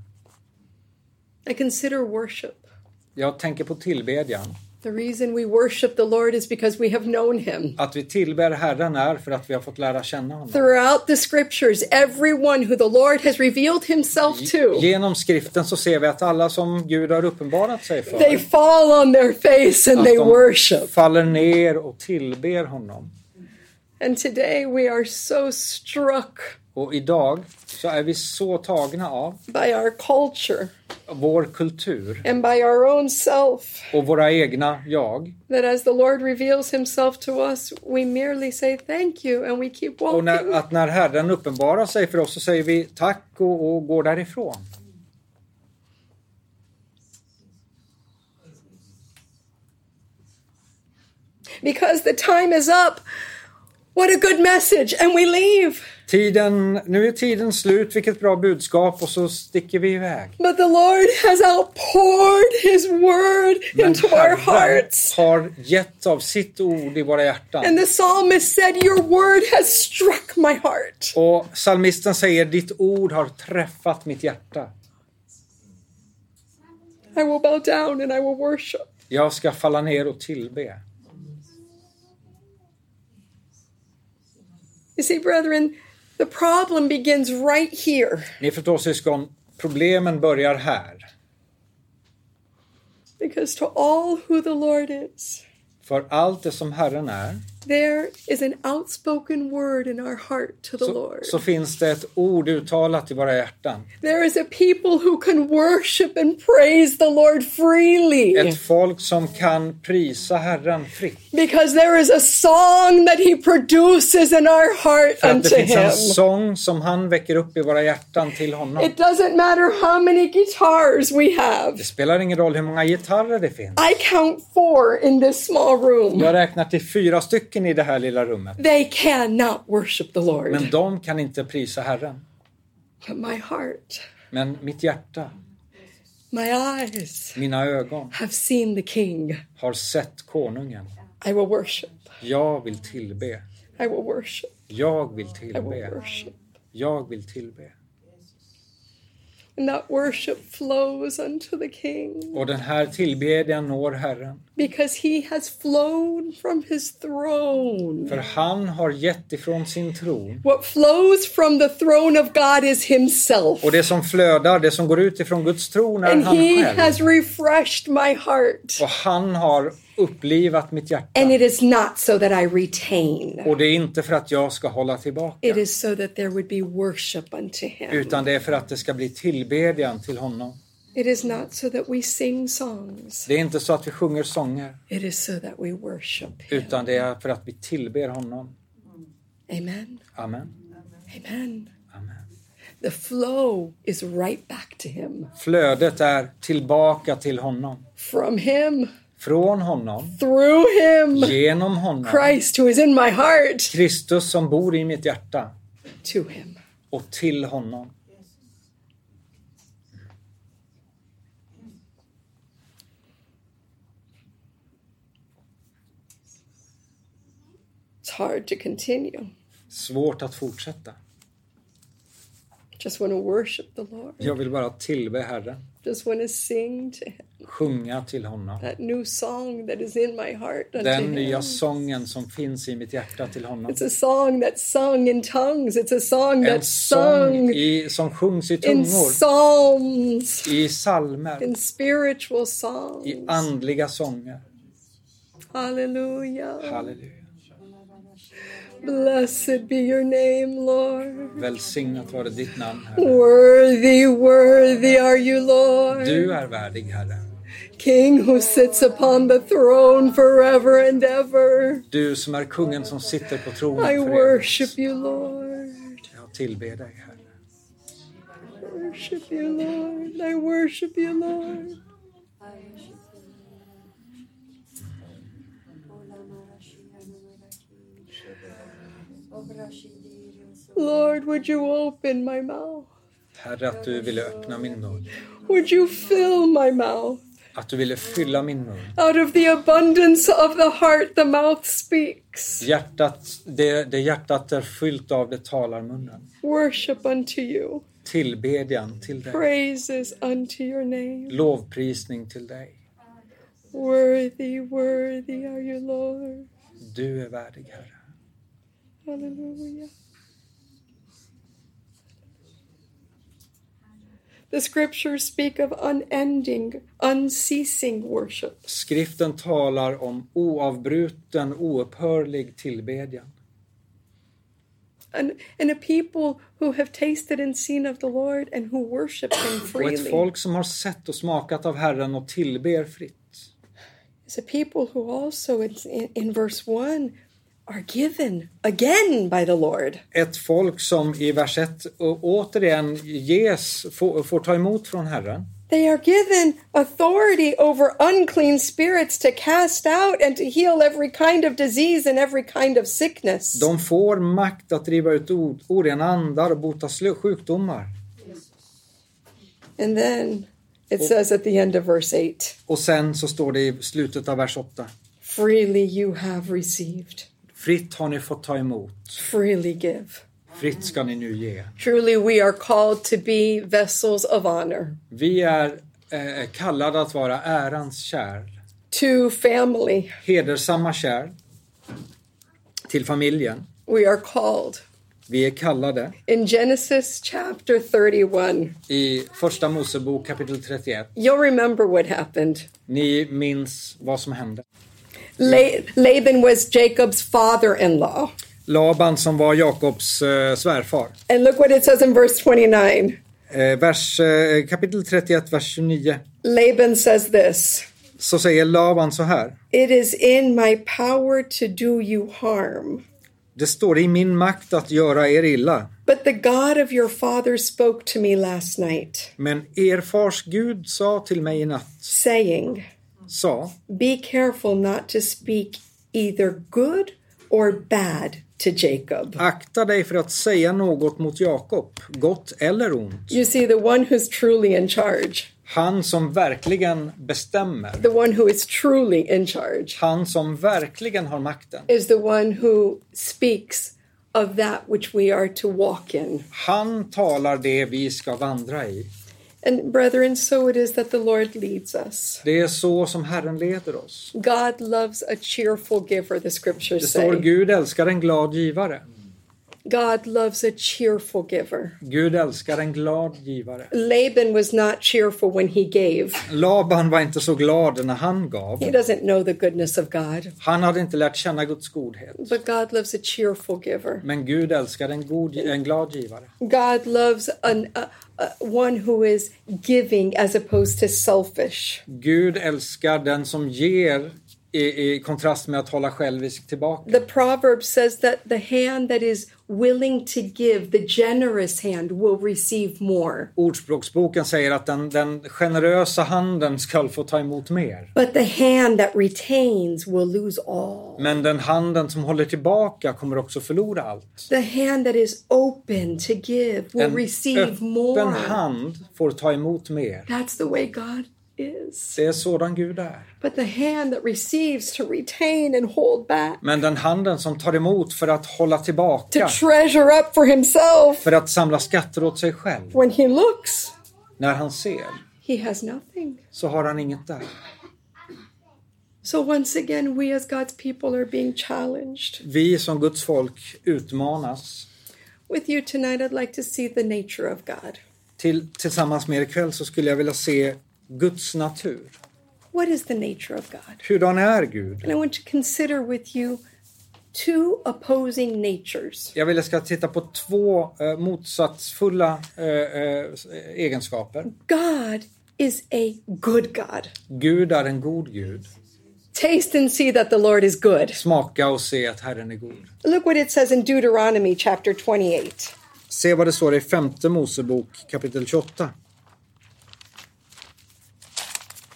S4: I consider worship.
S3: Jag tänker på tillbedjan.
S4: The reason we worship the Lord is because we have known him.
S3: Att vi tillber Herren är för att vi har fått lära känna honom.
S4: Throughout the scriptures, everyone who the Lord has revealed himself to,
S3: Genom skriften så ser vi att alla som Gud har uppenbarat sig för,
S4: they fall on their face and
S3: att
S4: they
S3: de
S4: worship.
S3: faller ner och tillber honom.
S4: And today we are so struck
S3: Och idag så är vi så tagna av
S4: by our culture
S3: vår kultur
S4: and by our own self
S3: och våra egna jag
S4: that as the Lord reveals himself to us, we merely say thank you and we keep
S3: Och
S4: walking.
S3: när, att när Herren uppenbarar sig för oss så säger vi tack och, och går därifrån.
S4: Because the time is up. What a good message. And we leave.
S3: Tiden, nu är tiden slut, vilket bra budskap och så sticker vi iväg.
S4: But the Lord has outpoured his word into our
S3: Herren
S4: hearts.
S3: har gett av sitt ord i våra hjärtan.
S4: And the psalmist said, Your word has struck my heart.
S3: Och psalmisten säger ditt ord har träffat mitt hjärta.
S4: I will bow down and I will worship.
S3: Jag ska falla ner och tillbe.
S4: You see, brethren, the problem begins right here
S3: Ni förstår syskon, problemen börjar här.
S4: because to all who the Lord is,
S3: För allt det som Herren är,
S4: there is an outspoken word in our heart to the
S3: så,
S4: Lord.
S3: så finns det ett ord uttalat i våra hjärtan.
S4: there is a people who can worship and praise the Lord freely
S3: Ett folk som kan prisa Herren fritt.
S4: because there is a song that He produces in our heart
S3: För att det
S4: unto
S3: finns en
S4: Him.
S3: sång som han väcker upp i våra hjärtan till honom.
S4: It doesn't matter how many guitars we have.
S3: Det spelar ingen roll hur många gitarrer det finns.
S4: I count four in this small room.
S3: Jag räknar till fyra stycken i det här lilla rummet.
S4: They cannot worship the
S3: Men
S4: Lord.
S3: de kan inte prisa Herren.
S4: But my heart,
S3: Men mitt hjärta,
S4: my eyes
S3: mina ögon
S4: have seen the King.
S3: har sett konungen.
S4: I will worship.
S3: Jag vill tillbe.
S4: I will worship.
S3: Jag vill
S4: I will
S3: tillbe.
S4: worship.
S3: Jag vill tillbe.
S4: And that worship flows unto the King
S3: Och den här tillbedjan når Herren.
S4: because he has flown from his throne.
S3: För han har gett ifrån sin tron.
S4: What flows from the throne of God is himself.
S3: Och det som flödar, det som går ut ifrån Guds tron är
S4: And
S3: han
S4: he
S3: själv.
S4: has refreshed my heart.
S3: Och han har upplivat mitt hjärta.
S4: And it is not so that I retain,
S3: Och det är inte för att jag ska hålla tillbaka.
S4: it is so that there would be worship unto him.
S3: Utan det är för att det ska bli tillbedjan till honom.
S4: It is not so that we sing songs,
S3: Det är inte så att vi sjunger sånger.
S4: it is so that we worship him.
S3: Utan det är för att vi tillber honom.
S4: Amen.
S3: Amen.
S4: Amen.
S3: Amen.
S4: The flow is right back to him.
S3: Flödet är tillbaka till honom.
S4: From him,
S3: Från honom.
S4: through him,
S3: Genom honom.
S4: Christ who is in my heart,
S3: Kristus som bor i mitt hjärta.
S4: to him.
S3: Och till honom.
S4: It's hard to continue.
S3: Svårt att fortsätta.
S4: Just want to worship the Lord.
S3: Jag vill bara tillbe Herren.
S4: Just want to sing to him.
S3: Sjunga till honom.
S4: That new song that is in my heart unto
S3: Den
S4: him.
S3: nya sången som finns i mitt hjärta till honom.
S4: It's a song that's sung in tongues. It's a
S3: En
S4: song that's
S3: sång
S4: sung
S3: i, som sjungs i
S4: in
S3: tungor.
S4: psalms,
S3: I salmer.
S4: in spiritual
S3: I
S4: songs.
S3: andliga sånger.
S4: Hallelujah.
S3: Halleluja.
S4: Blessed be your name, Lord.
S3: Välsignat vare ditt namn, Herre.
S4: Worthy, worthy are you, Lord.
S3: Du är värdig, Herre.
S4: King who sits upon the throne forever and ever.
S3: Du som är kungen som sitter på tronen
S4: I
S3: för evigt.
S4: worship you, Lord.
S3: Jag tillber dig, Herre.
S4: Worship you, Lord. I worship you, Lord. Lord, would you open my mouth?
S3: Herre, att du ville öppna min mun.
S4: Would you fill my mouth?
S3: Att du ville fylla min mun.
S4: Out of the abundance of the heart, the mouth speaks.
S3: Hjärtat, det, det hjärtat är fyllt av, det talar munnen.
S4: Worship unto you,
S3: Tillbedjan till dig.
S4: praises unto your name.
S3: Lovprisning till dig.
S4: Worthy, worthy are you, Lord.
S3: Du är värdig, Herre.
S4: Hallelujah. The scriptures speak of unending, unceasing worship.
S3: Skriften talar om oavbruten, oupphörlig tillbedjan.
S4: And, and a people who have tasted and seen of the Lord and who worship Him
S3: Och ett
S4: freely
S3: folk som har sett och smakat av Herren och tillber fritt.
S4: is a people who also, it's in, in verse 1, are given again by the Lord.
S3: ett folk som i vers 1 å- återigen ges, får, får ta emot från Herren.
S4: They are given authority over unclean spirits to cast out and to heal every kind of disease and every kind of sickness.
S3: De får makt att driva ut o- orena andar och bota slu- sjukdomar.
S4: And then it says at the end of verse 8
S3: Och sen så står det i slutet av vers 8.
S4: freely you have received,
S3: Fritt har ni fått ta emot,
S4: freely give.
S3: fritt ska ni nu ge.
S4: Truly, we are called to be vessels of honor
S3: Vi är eh, kallade att vara ärans kärl,
S4: to family.
S3: hedersamma kärl till familjen.
S4: We are called.
S3: Vi är kallade
S4: In Genesis chapter 31,
S3: i Första Mosebok kapitel 31.
S4: you'll remember what happened.
S3: Ni minns vad som hände.
S4: La- Laban was Jacob's father in law.
S3: Laban som var Jakobs eh, svärfar.
S4: And look what it says in verse 29.
S3: Eh, vers, eh, kapitel 31, vers 29.
S4: Laban says this
S3: Så säger Laban så här.
S4: It is in my power to do you harm.
S3: Det står i min makt att göra er illa.
S4: But the God of your father spoke to me last night,
S3: Men er fars Gud sa till mig i natt,
S4: saying,
S3: sa,
S4: Be careful not to speak either good or bad to Jacob.
S3: akta dig för att säga något mot Jakob, gott eller ont.
S4: You see, the one who's truly in charge,
S3: Han som verkligen bestämmer,
S4: the one who is truly in charge,
S3: han som verkligen har makten,
S4: is the one who speaks of that which we are to walk in.
S3: han talar det vi ska vandra i.
S4: And brethren, so it is that the Lord leads us.
S3: Det är så som Herren leder oss.
S4: God loves a cheerful giver, the
S3: Det
S4: scriptures
S3: står
S4: say.
S3: Gud älskar en glad givare.
S4: God loves a cheerful giver.
S3: Gud älskar en glad givare.
S4: Laban was not cheerful when he gave.
S3: Laban var inte så glad när han
S4: He
S3: gav.
S4: doesn't know the goodness of God,
S3: Han hade inte lärt känna Guds godhet.
S4: but God loves a cheerful giver.
S3: Men Gud älskar en, god, en glad givare.
S4: God loves an, uh, uh, one who is giving as opposed to selfish.
S3: Gud älskar den som ger i, i kontrast med att hålla självisk tillbaka.
S4: The proverb says that the hand that is willing to give, the generous hand, will receive more.
S3: Ordspråksboken säger att den, den generösa handen skall få ta emot mer.
S4: But the hand that retains will lose all.
S3: Men den handen som håller tillbaka kommer också förlora allt.
S4: The hand that is open to give will
S3: En
S4: receive
S3: öppen
S4: more.
S3: hand får ta emot mer.
S4: That's the way God is.
S3: Det är sådan Gud är.
S4: But the hand that receives to retain and hold back,
S3: Men den handen som tar emot för att hålla
S4: to
S3: tillbaka,
S4: treasure up for himself,
S3: för att samla skatter åt sig själv.
S4: when he looks,
S3: När han ser
S4: he has nothing.
S3: så har han inget där.
S4: So once again, we as God's people are being challenged.
S3: Vi som Guds folk utmanas
S4: With you tonight, I'd like to see the nature of God.
S3: Till, tillsammans med er ikväll så skulle jag vilja se Guds natur.
S4: What is the nature of God?
S3: Hurdan är Gud?
S4: And I want to consider with you two opposing natures.
S3: Jag vill att jag ska titta på två eh, motsatsfulla eh, eh, egenskaper.
S4: God is a good God.
S3: Gud är en god Gud.
S4: Taste and see that the Lord is good.
S3: Smaka och se att Herren är god.
S4: Look what it says in Deuteronomy chapter 28.
S3: Se vad det står i femte Mosebok kapitel 28.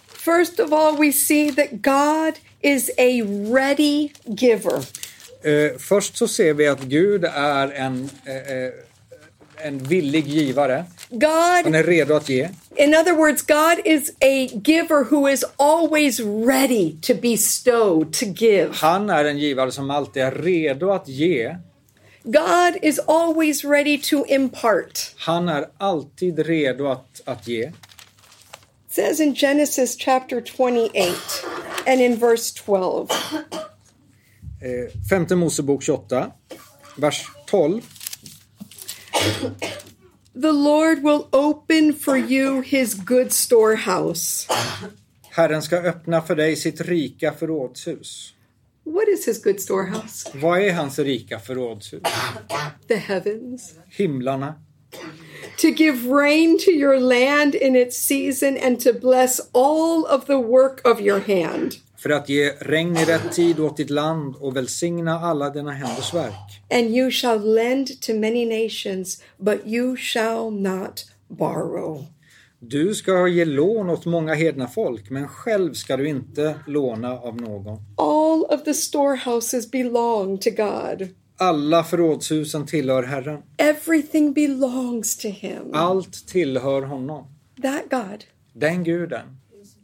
S4: First of all, we see that God is a ready giver.
S3: Eh, först så ser vi att Gud är en, eh, eh, en villig givare. Han
S4: God,
S3: är redo att ge.
S4: in other words, God is a giver who is always ready to bestow, to give.
S3: Han är en givare som alltid är redo att ge
S4: God is always ready to impart.
S3: Han är alltid redo att, att ge.
S4: It says in Genesis chapter 28 and in verse 12.
S3: Eh, Femte Mosebok 28, vers 12.
S4: The Lord will open for you his good storehouse.
S3: Herren ska öppna för dig sitt rika förrådshus.
S4: What is his good storehouse?
S3: Vad är hans rika förrådshus?
S4: The heavens.
S3: Himlarna.
S4: to give rain to your land in its season and to bless all of the work of your hand.
S3: För att ge regn i rätt tid åt ditt land och välsigna alla dina händers verk.
S4: And you shall lend to many nations, but you shall not borrow.
S3: Du ska ge lån åt många hedna folk, men själv ska du inte låna av någon.
S4: All of the storehouses belong to God.
S3: Alla förrådshusen tillhör Herren.
S4: Everything belongs to Him.
S3: Oh. Allt tillhör honom.
S4: That God.
S3: Den guden.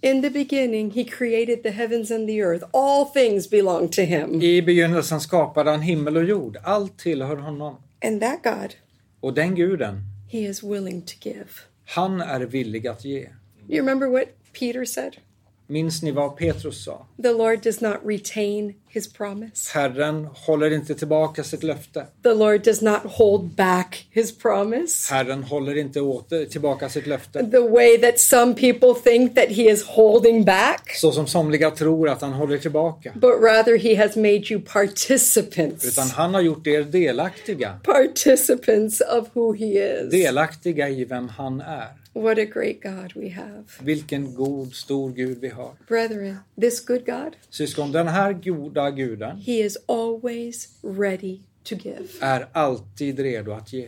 S4: In the beginning, He created the heavens and the earth. All things belong to Him.
S3: I begynnelsen skapade han himmel och jord. Allt tillhör honom.
S4: And that God,
S3: Och den guden,
S4: He is willing to give.
S3: han är villig att ge.
S4: You remember what Peter said?
S3: Minns ni vad Petrus sa?
S4: The Lord does not retain his promise.
S3: Herren håller inte tillbaka sitt löfte.
S4: The Lord does not hold back his promise.
S3: Herren håller inte åter tillbaka sitt löfte.
S4: The way that some people think that he is holding back,
S3: Så som somliga tror att han håller tillbaka.
S4: but rather he has made you
S3: Utan
S4: participants.
S3: han har gjort er delaktiga.
S4: Participants of who he is.
S3: Delaktiga i vem han är.
S4: What a great God we have.
S3: Vilken god, stor Gud vi har.
S4: Brethren, this good God,
S3: Syskon, den här goda guden
S4: he is always ready to give.
S3: är alltid redo att ge.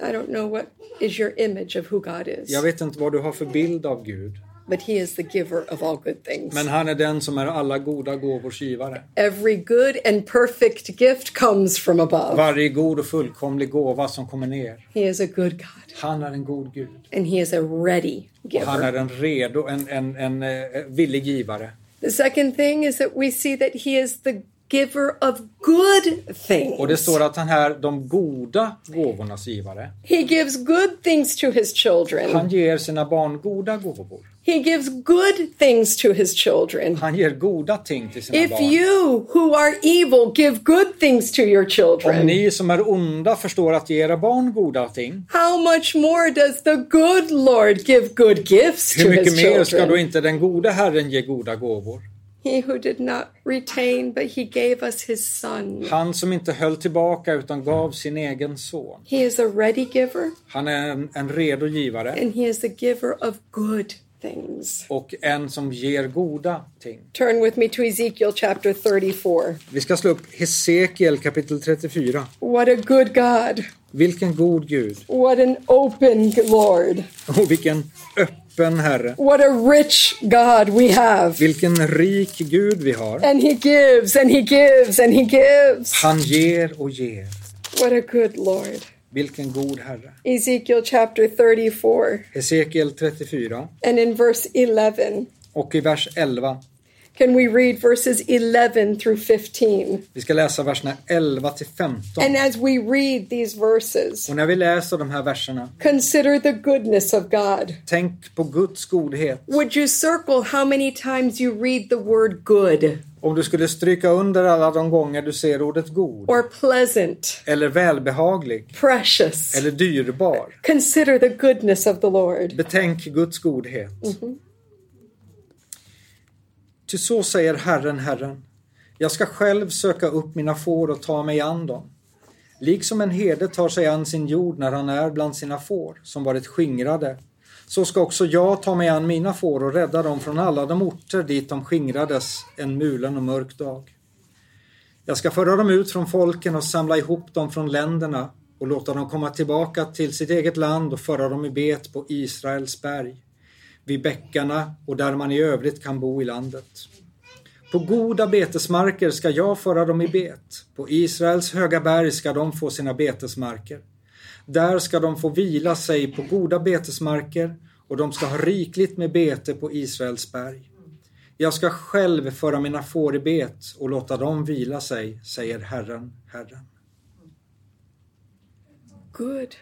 S4: I don't know what is your image of who God is,
S3: Jag vet inte vad du har för bild av Gud,
S4: but He is the giver of all good things.
S3: men han är den som är alla goda gåvors givare.
S4: Every good and perfect gift comes from above.
S3: Varje god och fullkomlig gåva som kommer ner.
S4: He is a good God,
S3: Han är en god Gud.
S4: and He is a ready giver.
S3: Han är en redo, en, en, en eh, villig givare.
S4: The second thing is that we see that He is the giver of good things.
S3: Och det står att han är de goda gåvornas givare.
S4: He gives good things to His
S3: Han
S4: children,
S3: ger sina barn goda gåvor.
S4: He gives good things to His children.
S3: Han ger goda ting till sina
S4: If
S3: barn.
S4: you who are evil give good things to your
S3: Om
S4: children,
S3: ni som är onda förstår att ge era barn goda ting,
S4: How much more does the good Lord give good gifts
S3: hur
S4: to
S3: mycket
S4: his
S3: mer ska då
S4: children?
S3: inte den gode Herren ge goda gåvor?
S4: He who did not retain, but he gave us his son.
S3: Han som inte höll tillbaka utan gav sin egen son.
S4: He is a ready giver,
S3: Han är en, en redo givare
S4: and he is the giver of good things.
S3: och en som ger goda ting.
S4: Turn with me to Ezekiel chapter 34.
S3: Vi ska slå upp Hesekiel kapitel 34.
S4: What a good God.
S3: Vilken god Gud
S4: What an open Lord.
S3: och vilken öppen Herre.
S4: What a rich God we have.
S3: Vilken rik Gud vi har.
S4: And he gives, and he gives, and he gives.
S3: Han ger och ger.
S4: What a good Lord.
S3: Vilken god Herre.
S4: Ezekiel chapter 34.
S3: Hesekiel 34
S4: And in verse 11,
S3: och i vers 11.
S4: can we read verses 11 through 15?
S3: Vi ska läsa verserna 11 till 15.
S4: And as we read these verses,
S3: Och när vi läser de här verserna,
S4: consider the goodness of God.
S3: tänk på Guds godhet.
S4: Would you circle how many times you read the word good
S3: Om du skulle stryka under alla de gånger du ser ordet god,
S4: or pleasant,
S3: eller välbehaglig,
S4: precious?
S3: eller dyrbar.
S4: Consider the goodness of the Lord.
S3: Betänk Guds godhet. Ty så säger Herren, Herren. Jag ska själv söka upp mina får och ta mig an dem. Liksom en herde tar sig an sin jord när han är bland sina får, som varit skingrade, så ska också jag ta mig an mina får och rädda dem från alla de orter dit de skingrades en mulen och mörk dag. Jag ska föra dem ut från folken och samla ihop dem från länderna och låta dem komma tillbaka till sitt eget land och föra dem i bet på Israels berg, vid bäckarna och där man i övrigt kan bo i landet. På goda betesmarker ska jag föra dem i bet. På Israels höga berg ska de få sina betesmarker. Där ska de få vila sig på goda betesmarker och de ska ha rikligt med bete på Israels berg. Jag ska själv föra mina får i bet och låta dem vila sig, säger Herren, Herren.
S4: Good,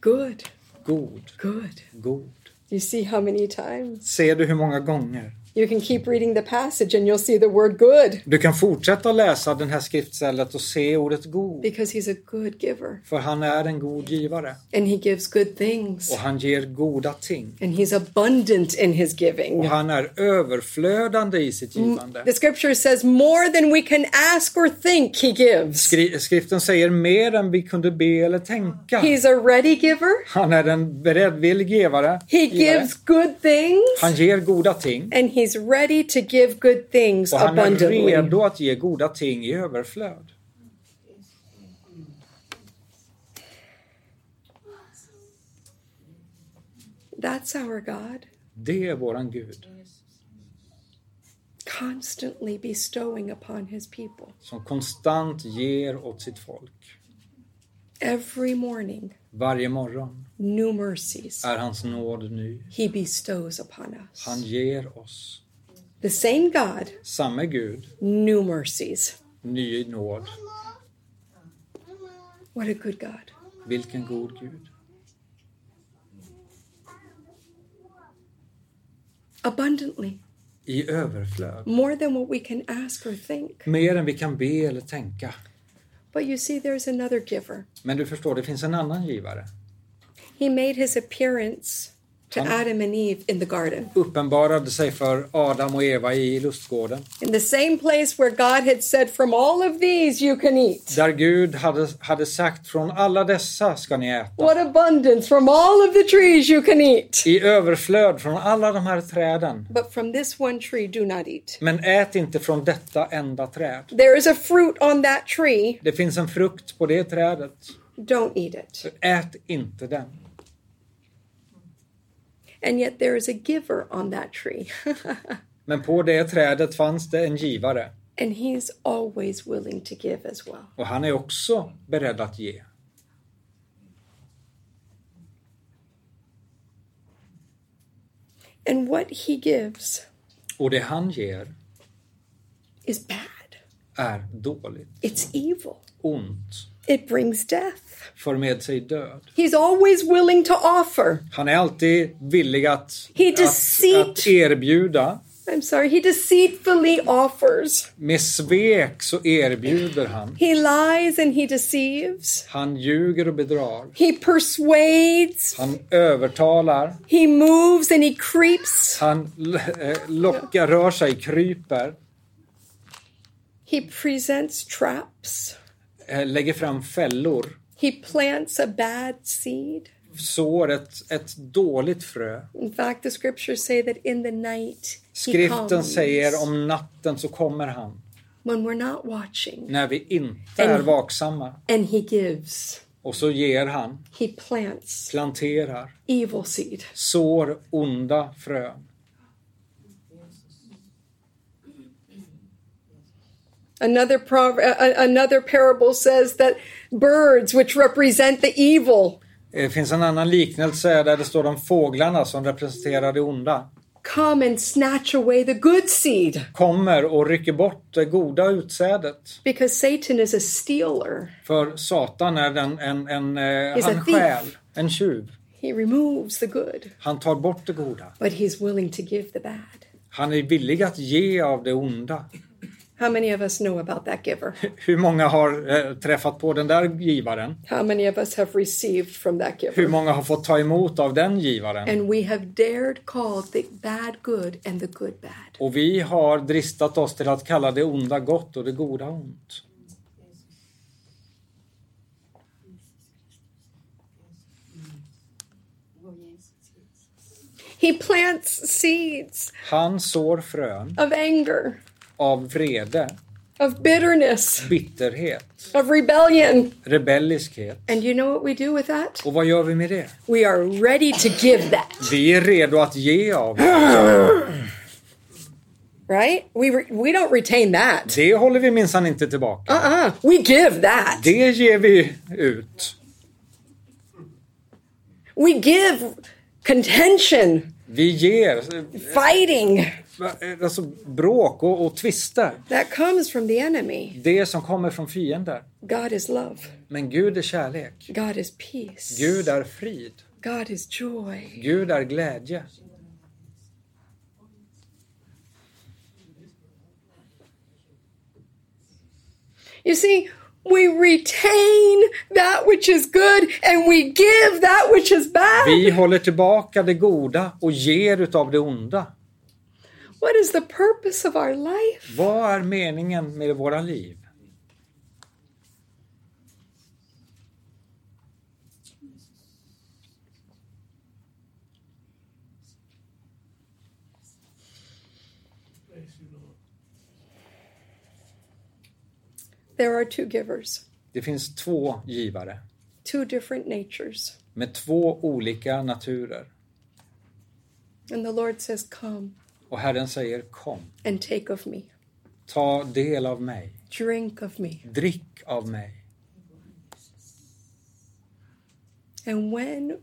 S4: good,
S3: God,
S4: good.
S3: god.
S4: You see how many times?
S3: Ser du hur många gånger?
S4: You can keep reading the passage and you'll see the word good
S3: Du kan fortsätta att läsa den här skriftstället och se ordet god.
S4: because he's a good giver
S3: För han är en god givare
S4: and he gives good things.
S3: och han ger goda ting.
S4: and he's abundant in his
S3: Och
S4: giving.
S3: han är överflödande i sitt
S4: Mm.
S3: givande.
S4: The scripture says, more than we can ask or think, he gives.
S3: Skri- Skriften säger mer än vi kunde be eller tänka.
S4: He's a ready giver,
S3: Han är en beredvillig givare.
S4: he
S3: givare.
S4: gives good things,
S3: Han ger goda ting.
S4: and he's ready to give good things
S3: Och han är
S4: abundantly.
S3: redo att ge goda ting i överflöd.
S4: That's our God,
S3: Det är våran Gud
S4: constantly bestowing upon his people.
S3: som konstant ger åt sitt folk.
S4: Every morning,
S3: Varje morgon
S4: new mercies
S3: är hans nåd ny.
S4: he bestows upon us.
S3: Han ger oss.
S4: The same God,
S3: Samme Gud,
S4: new mercies.
S3: ny nåd.
S4: What a good God.
S3: Vilken god Gud.
S4: Abundantly,
S3: i överflöd.
S4: more than what we can ask or think.
S3: Mer än vi kan be eller tänka.
S4: But you see, there's another giver.
S3: Men du förstår, det finns en annan givare.
S4: He made his appearance to
S3: Amen.
S4: Adam and Eve in the garden,
S3: Uppenbarade sig för Adam och Eva i lustgården.
S4: in the same place where God had said, From all of these you can eat.
S3: Där Gud hade, hade sagt från alla dessa ska ni äta.
S4: What abundance! From all of the trees you can eat.
S3: I överflöd från alla de här träden.
S4: But from this one tree do not eat.
S3: Men ät inte från detta enda träd.
S4: There is a fruit on that tree,
S3: Det finns en frukt på det trädet.
S4: don't eat it.
S3: Ät inte den.
S4: And yet there is a giver on that tree. [laughs]
S3: Men på det trädet fanns det en givare.
S4: and he's always willing to give as well.
S3: Och han är också beredd att ge.
S4: And what he gives
S3: Och det han ger
S4: is bad,
S3: är dåligt,
S4: it's evil,
S3: ont,
S4: it brings death.
S3: för med sig död.
S4: He's always willing to offer.
S3: Han är alltid villig att,
S4: He
S3: att,
S4: deceit-
S3: att erbjuda.
S4: I'm sorry, he deceitfully offers.
S3: Med svek så erbjuder han.
S4: He lies and he deceives.
S3: Han ljuger och bedrar.
S4: He persuades.
S3: Han övertalar.
S4: He moves and he creeps.
S3: Han l- eh, lockar, rör sig, kryper.
S4: He presents traps.
S3: eh, Lägger fram fällor.
S4: He plants a bad seed.
S3: Sår ett, ett dåligt frö.
S4: In fact, the scriptures say that in the night he
S3: Skriften
S4: comes
S3: säger om natten så kommer han.
S4: when we're not watching
S3: När vi inte är vaksamma.
S4: and he gives.
S3: Och så ger han,
S4: He plants
S3: planterar,
S4: evil seed.
S3: sår onda frön.
S4: Another prov- uh, uh, another parable says that birds, which represent the evil,
S3: Det Eh, finns en annan liknelse där det står de fåglarna som representerar det onda.
S4: come and snatch away the good seed
S3: Kommer och rycker bort det goda utsädet.
S4: because Satan is a stealer.
S3: För Satan är den, en, en, eh,
S4: He's a
S3: han
S4: thief.
S3: stjäl, en tjuv.
S4: He removes the good,
S3: Han tar bort det goda.
S4: but he's willing to give the bad.
S3: Han är villig att ge av det onda.
S4: How many of us know about that giver?
S3: Hur många har eh, träffat på den där givaren?
S4: How many of us have received from that
S3: Hur
S4: giver?
S3: många har fått ta emot av den givaren?
S4: And we have dared call the bad good and the good bad.
S3: Och vi har dristat oss till att kalla det onda gott och det goda ont.
S4: He plants seeds
S3: Han sår frön
S4: of anger,
S3: av vrede,
S4: of bitterness,
S3: bitterhet,
S4: of rebellion.
S3: rebelliskhet.
S4: And you know what we do with that?
S3: Och vad gör vi med det?
S4: We are ready to give that,
S3: Vi är redo att ge av det.
S4: right? We re- we don't retain that.
S3: Det håller vi minsann inte tillbaka.
S4: Uh-uh. We give that.
S3: Det ger vi ut.
S4: We give contention,
S3: Vi ger eh,
S4: fighting
S3: eh, alltså, bråk och, och tvister.
S4: that comes from the enemy.
S3: Det som kommer från fiender.
S4: God is love.
S3: Men Gud är kärlek.
S4: God is peace.
S3: Gud är frid.
S4: God is joy.
S3: Gud är glädje.
S4: You see, we retain that which is good and we give that which is bad.
S3: Vi håller tillbaka det goda och ger utav det onda.
S4: What is the purpose of our life?
S3: Vad är meningen med våra liv?
S4: There are two givers,
S3: Det finns två givare
S4: two different natures.
S3: med två olika naturer.
S4: And the Lord says, Come
S3: Och Herren säger kom,
S4: and take of me,
S3: ta del av mig,
S4: drink of me.
S3: drick av mig.
S4: And when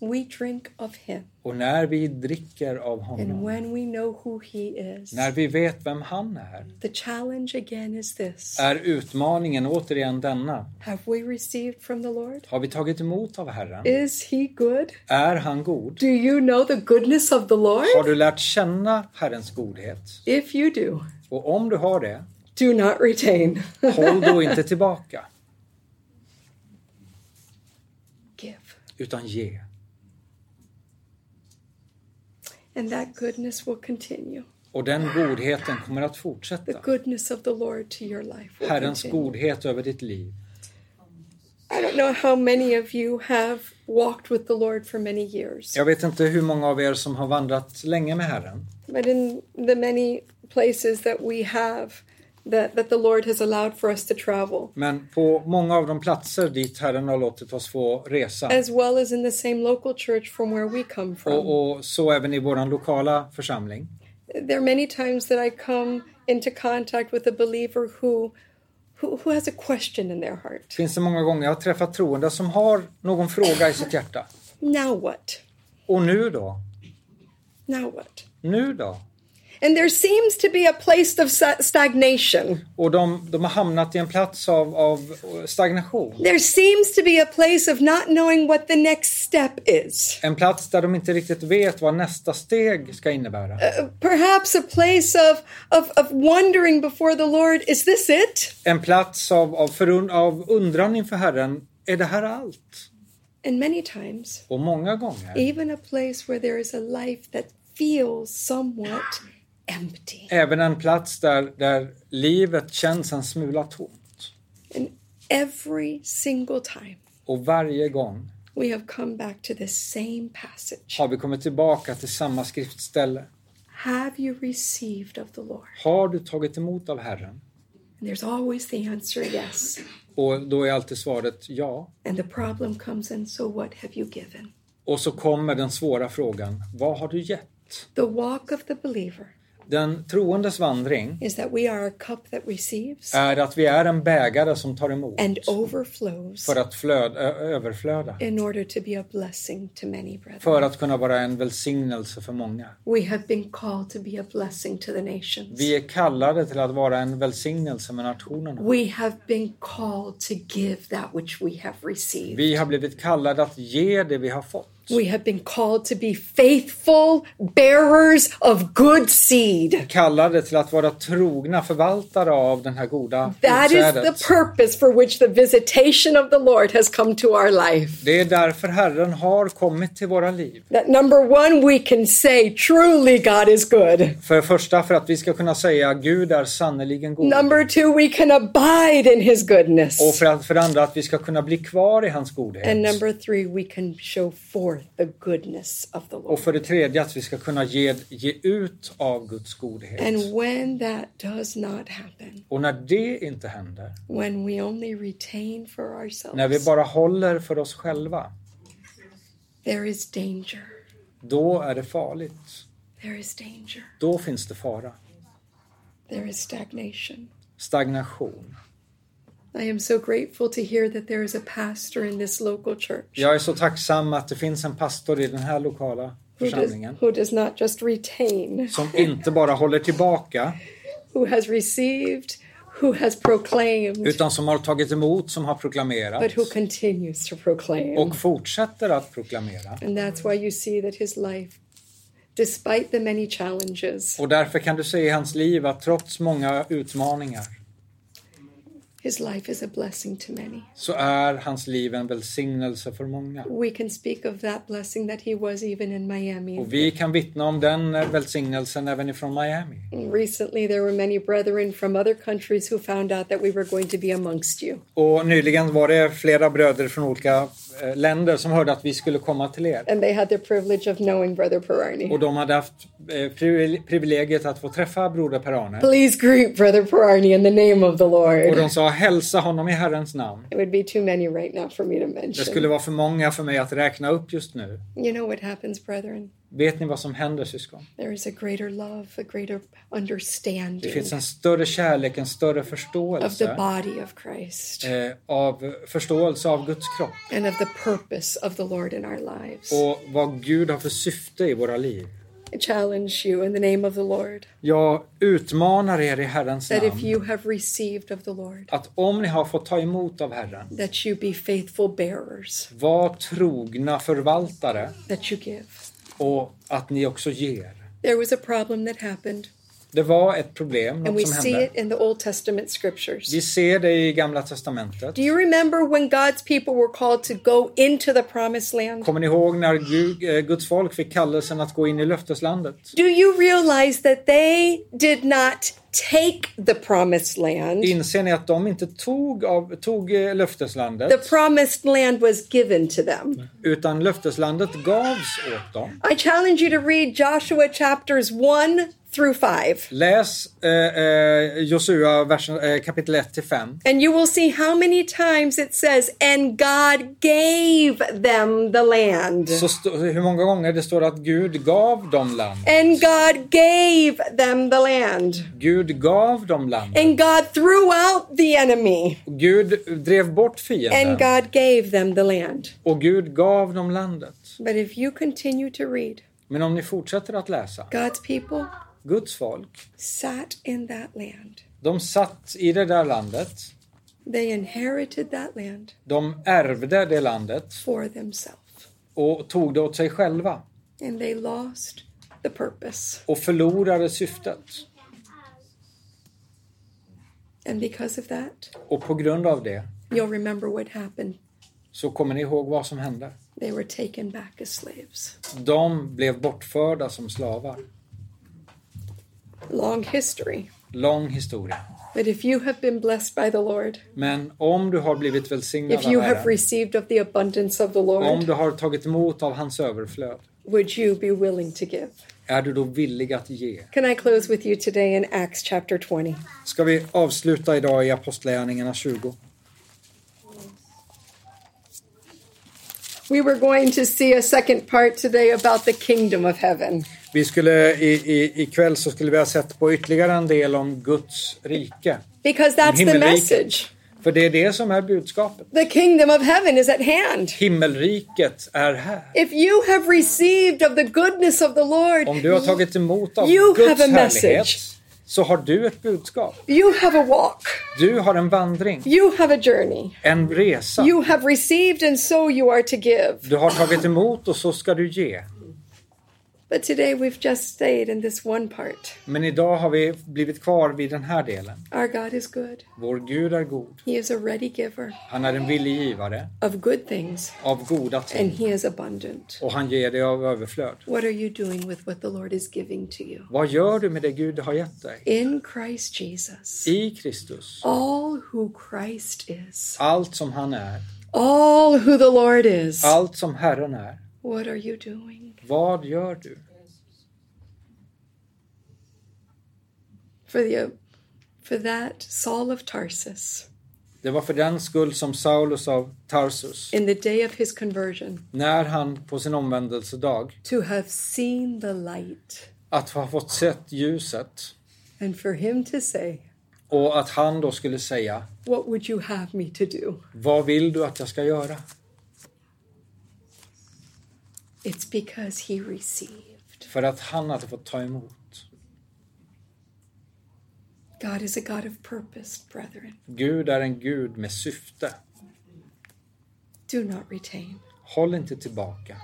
S4: we drink of him
S3: Och när vi dricker av honom,
S4: and when we know who he is.
S3: när vi vet vem han är,
S4: The challenge again is this
S3: är utmaningen återigen denna.
S4: Have we received from the Lord?
S3: Har vi tagit emot av Herren?
S4: Is he good?
S3: Är han god?
S4: Do you know the goodness of the
S3: Har
S4: Lord?
S3: du lärt känna Herrens godhet?
S4: If you do,
S3: Och om du har det,
S4: do not retain.
S3: håll då inte tillbaka,
S4: [laughs] Give.
S3: utan ge.
S4: And that goodness will continue.
S3: Och den godheten kommer att
S4: The
S3: fortsätta.
S4: goodness of the Lord to your life will
S3: Herrens
S4: continue.
S3: godhet över ditt liv.
S4: I don't know how many of you have walked with the Lord for many years,
S3: Jag vet inte hur många av er som har vandrat länge med Herren,
S4: but in the many places that we have that, that the Lord has allowed for us to travel,
S3: men på många av de platser dit Herren har låtit oss få resa,
S4: as well as in the same local church from where we come from.
S3: och, och så även i vår lokala församling,
S4: there are many times that I come into contact with a believer who, who who has a question in their heart.
S3: finns det många gånger jag har träffat troende som har någon fråga i sitt hjärta.
S4: Now what?
S3: Och nu då?
S4: Now what?
S3: Nu då?
S4: And there seems to be a place of sta- stagnation.
S3: Och de, de har hamnat i en plats av, av stagnation.
S4: There seems to be a place of not knowing what the next step is.
S3: En plats där de inte riktigt vet vad nästa steg ska innebära.
S4: Perhaps a place of of, of wondering before the Lord, is this it?
S3: En plats av, av, förund, av undran inför Herren. Är det här allt?
S4: And many times,
S3: Och många gånger,
S4: even a place where there is a life that feels somewhat empty.
S3: även en plats där, där livet känns en smula tomt.
S4: And every single time
S3: Och varje gång
S4: we have come back to this same passage.
S3: har vi kommit tillbaka till samma skriftställe.
S4: Have you received of the Lord?
S3: Har du tagit emot av Herren?
S4: And there's always the answer yes.
S3: Och då är alltid svaret ja.
S4: And the problem comes in so what have you given?
S3: Och så kommer den svåra frågan, vad har du gett?
S4: The walk of the believer
S3: Den troendes vandring
S4: is that we are a cup that receives
S3: är att vi är en bägare som tar emot
S4: and overflows
S3: för att flöda, ö- överflöda.
S4: in order to be a blessing to many brethren.
S3: För att kunna vara en välsignelse för många.
S4: We have been called to be a blessing to the nations.
S3: Vi är kallade till att vara en välsignelse med nationerna.
S4: We have been called to give that which we have received.
S3: Vi har blivit kallade att ge det vi har fått.
S4: We have been called to be faithful bearers of good seed.
S3: Kallade till att vara trogna förvaltare av den här goda
S4: That is the
S3: utsädet.
S4: purpose for which the visitation of the Lord has come to our life.
S3: Det är därför Herren har kommit till våra liv.
S4: That number one, we can say, truly God is good.
S3: För det första för att vi ska kunna säga Gud är sannerligen god.
S4: Number two, we can abide in his
S3: Och
S4: goodness.
S3: för, att, för det andra att vi ska kunna bli kvar i hans
S4: And
S3: godhet.
S4: number three, we can show forth the goodness of the
S3: Och
S4: Lord.
S3: för det tredje att vi ska kunna ge, ge ut av Guds godhet.
S4: And when that does not happen,
S3: Och när det inte händer,
S4: when we only retain for
S3: när vi
S4: ourselves,
S3: bara håller för oss själva,
S4: there is danger.
S3: då är det farligt.
S4: There is danger.
S3: Då finns det fara.
S4: There is stagnation.
S3: Stagnation.
S4: I am so grateful to hear that there is a pastor in this local church
S3: Jag är så tacksam att det finns en pastor i den här lokala
S4: who does,
S3: församlingen
S4: who does not just retain,
S3: som inte bara håller tillbaka
S4: who has received, who has proclaimed,
S3: utan som har tagit emot, som har proklamerat
S4: but who continues to proclaim.
S3: och fortsätter att proklamera.
S4: And that's why you see that his life, despite the many challenges,
S3: Och därför kan du se i hans liv att trots många utmaningar
S4: his life is a blessing to many.
S3: så är hans liv en välsignelse för många.
S4: We can speak of that blessing that he was even in Miami.
S3: Och Oh, vi kan vittna om den eh, välsignelsen även ifrån Miami.
S4: Recently, there were many brethren from other countries who found out that we were going to be amongst you.
S3: Och nyligen var det flera bröder från olika eh, länder som hörde att vi skulle komma till er.
S4: and they had the privilege of knowing Brother
S3: Och
S4: Perarni.
S3: de hade haft eh, privile- privilegiet att få träffa broder Per-Arne.
S4: Please greet Brother Perarni in the name of the
S3: Och
S4: Lord.
S3: de sa hälsa honom i Herrens namn.
S4: It would be too many right now for me to
S3: Det skulle
S4: mention.
S3: vara för många för mig att räkna upp just nu.
S4: You know what happens, brethren?
S3: Vet ni vad som händer syskon?
S4: There is a greater love, a greater
S3: Det
S4: understanding
S3: finns en större kärlek, en större
S4: of the
S3: förståelse
S4: body of Christ
S3: eh, av förståelse av Guds kropp
S4: and of the purpose of the Lord in our lives.
S3: och vad Gud har för syfte i våra liv.
S4: I challenge you in the name of the Lord
S3: Jag utmanar er i Herrens
S4: that if
S3: namn
S4: you have received of the Lord,
S3: att om ni har fått ta emot av Herren,
S4: that you be faithful bearers,
S3: var trogna förvaltare
S4: that you give.
S3: och att ni också ger.
S4: There was a problem that happened,
S3: Det var ett problem,
S4: and
S3: något
S4: we
S3: som
S4: see
S3: hände.
S4: it in the Old Testament scriptures.
S3: Vi ser det i Gamla Testamentet.
S4: Do you remember when God's people were called to go into the promised land?
S3: Kommer ni ihåg när Gud, eh, Guds folk fick kallelsen att gå in i löfteslandet?
S4: Do you realize that they did not take the promised land?
S3: Inser ni att de inte tog, av, tog eh,
S4: The
S3: löfteslandet,
S4: promised land was given to them.
S3: utan löfteslandet gavs åt dem?
S4: I challenge you to read Joshua chapters 1 through 5,
S3: Läs eh, eh, Josua versen, eh, kapitel 1 till 5.
S4: and you will see how many times it says, And God gave them the land.
S3: Så stå- hur många gånger det står att Gud gav dem land.
S4: And God gave them the land.
S3: Gud gav dem land.
S4: And God threw out the enemy.
S3: Gud drev bort
S4: And
S3: fienden
S4: God gave them the land.
S3: och Gud gav dem landet.
S4: But if you continue to read,
S3: Men om ni fortsätter att läsa,
S4: God's people
S3: Guds folk,
S4: sat in that land.
S3: de satt i det där landet,
S4: They inherited that land
S3: de ärvde det landet
S4: for themselves.
S3: och tog det åt sig själva
S4: And they lost the purpose.
S3: och förlorade syftet.
S4: And because of that,
S3: Och på grund av det
S4: you'll remember what happened.
S3: så kommer ni ihåg vad som hände.
S4: They were taken back as slaves.
S3: De blev bortförda som slavar.
S4: Long history.
S3: Lång historia.
S4: But if you have been blessed by the Lord,
S3: Men om du har blivit välsignad
S4: if you
S3: av
S4: have
S3: Herren,
S4: received of the abundance of the
S3: om
S4: Lord,
S3: du har tagit emot av hans överflöd,
S4: would you be willing to give?
S3: är du då villig att ge?
S4: Can I close with you today in Acts chapter 20?
S3: Ska vi avsluta idag i Apostlagärningarna 20?
S4: We were going to see a second part today about the kingdom of heaven.
S3: Vi skulle i, i, ikväll så skulle vi ha sett på ytterligare en del om Guds rike.
S4: Because that's the
S3: Himmelriket.
S4: message.
S3: För det är det som är budskapet.
S4: The kingdom of heaven is at hand.
S3: Himmelriket är här.
S4: If you have received of the goodness of the Lord,
S3: Om du har tagit emot av
S4: You
S3: Guds
S4: have a message.
S3: härlighet så har du ett budskap.
S4: you have a walk,
S3: Du har en vandring,
S4: you have a journey,
S3: en resa.
S4: you have received, and so you are to give.
S3: Du har tagit emot och så ska du ge.
S4: But today we've just stayed in this one part.
S3: Men idag har vi blivit kvar vid den här delen.
S4: Our God is good,
S3: Vår Gud är god.
S4: He is a ready giver
S3: Han är en villig givare
S4: of good things,
S3: av goda
S4: and
S3: ting
S4: He is abundant.
S3: och han ger dig av överflöd.
S4: What are you doing with what the Lord is giving to you?
S3: Vad gör du med det Gud har gett dig?
S4: In Christ Jesus,
S3: I Kristus,
S4: all who Christ is,
S3: allt som han är,
S4: all who the Lord is,
S3: allt som Herren är.
S4: what are you doing?
S3: Vad gör du?
S4: for the for that Saul of Tarsus
S3: Det var för den skull som Saulus av Tarsus,
S4: in the day of his conversion
S3: när han på sin omvändelsedag,
S4: to have seen the light
S3: att ha fått sett ljuset
S4: and for him to say
S3: och att han då skulle säga
S4: what would you have me to do
S3: Vad vill du att jag ska göra?
S4: it's because he received
S3: För att han hade fått ta emot.
S4: God is a God of purpose brethren
S3: Gud är en Gud med syfte.
S4: do not retain
S3: Håll inte tillbaka,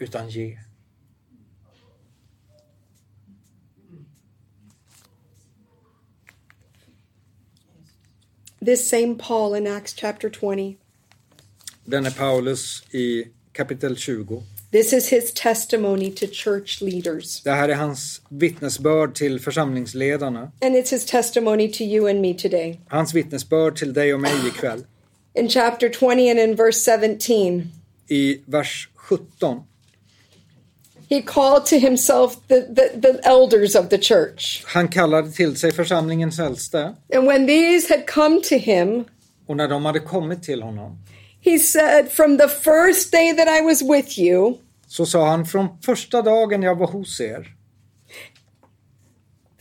S3: utan ge.
S4: this same Paul in Acts chapter 20
S3: Denne Paulus i kapitel 20.
S4: this is his testimony to church leaders
S3: Det här är hans vittnesbörd till församlingsledarna.
S4: and it's his testimony to you and me today
S3: Hans vittnesbörd till dig och mig ikväll.
S4: in chapter 20 and in verse 17
S3: I vers 17.
S4: He called to himself the, the, the elders of the church.
S3: Han kallade till sig församlingens äldste
S4: And when these had come to him,
S3: och när de hade kommit till honom
S4: he said, From the first day that I was with you,
S3: Så sa han, från första dagen jag var hos er,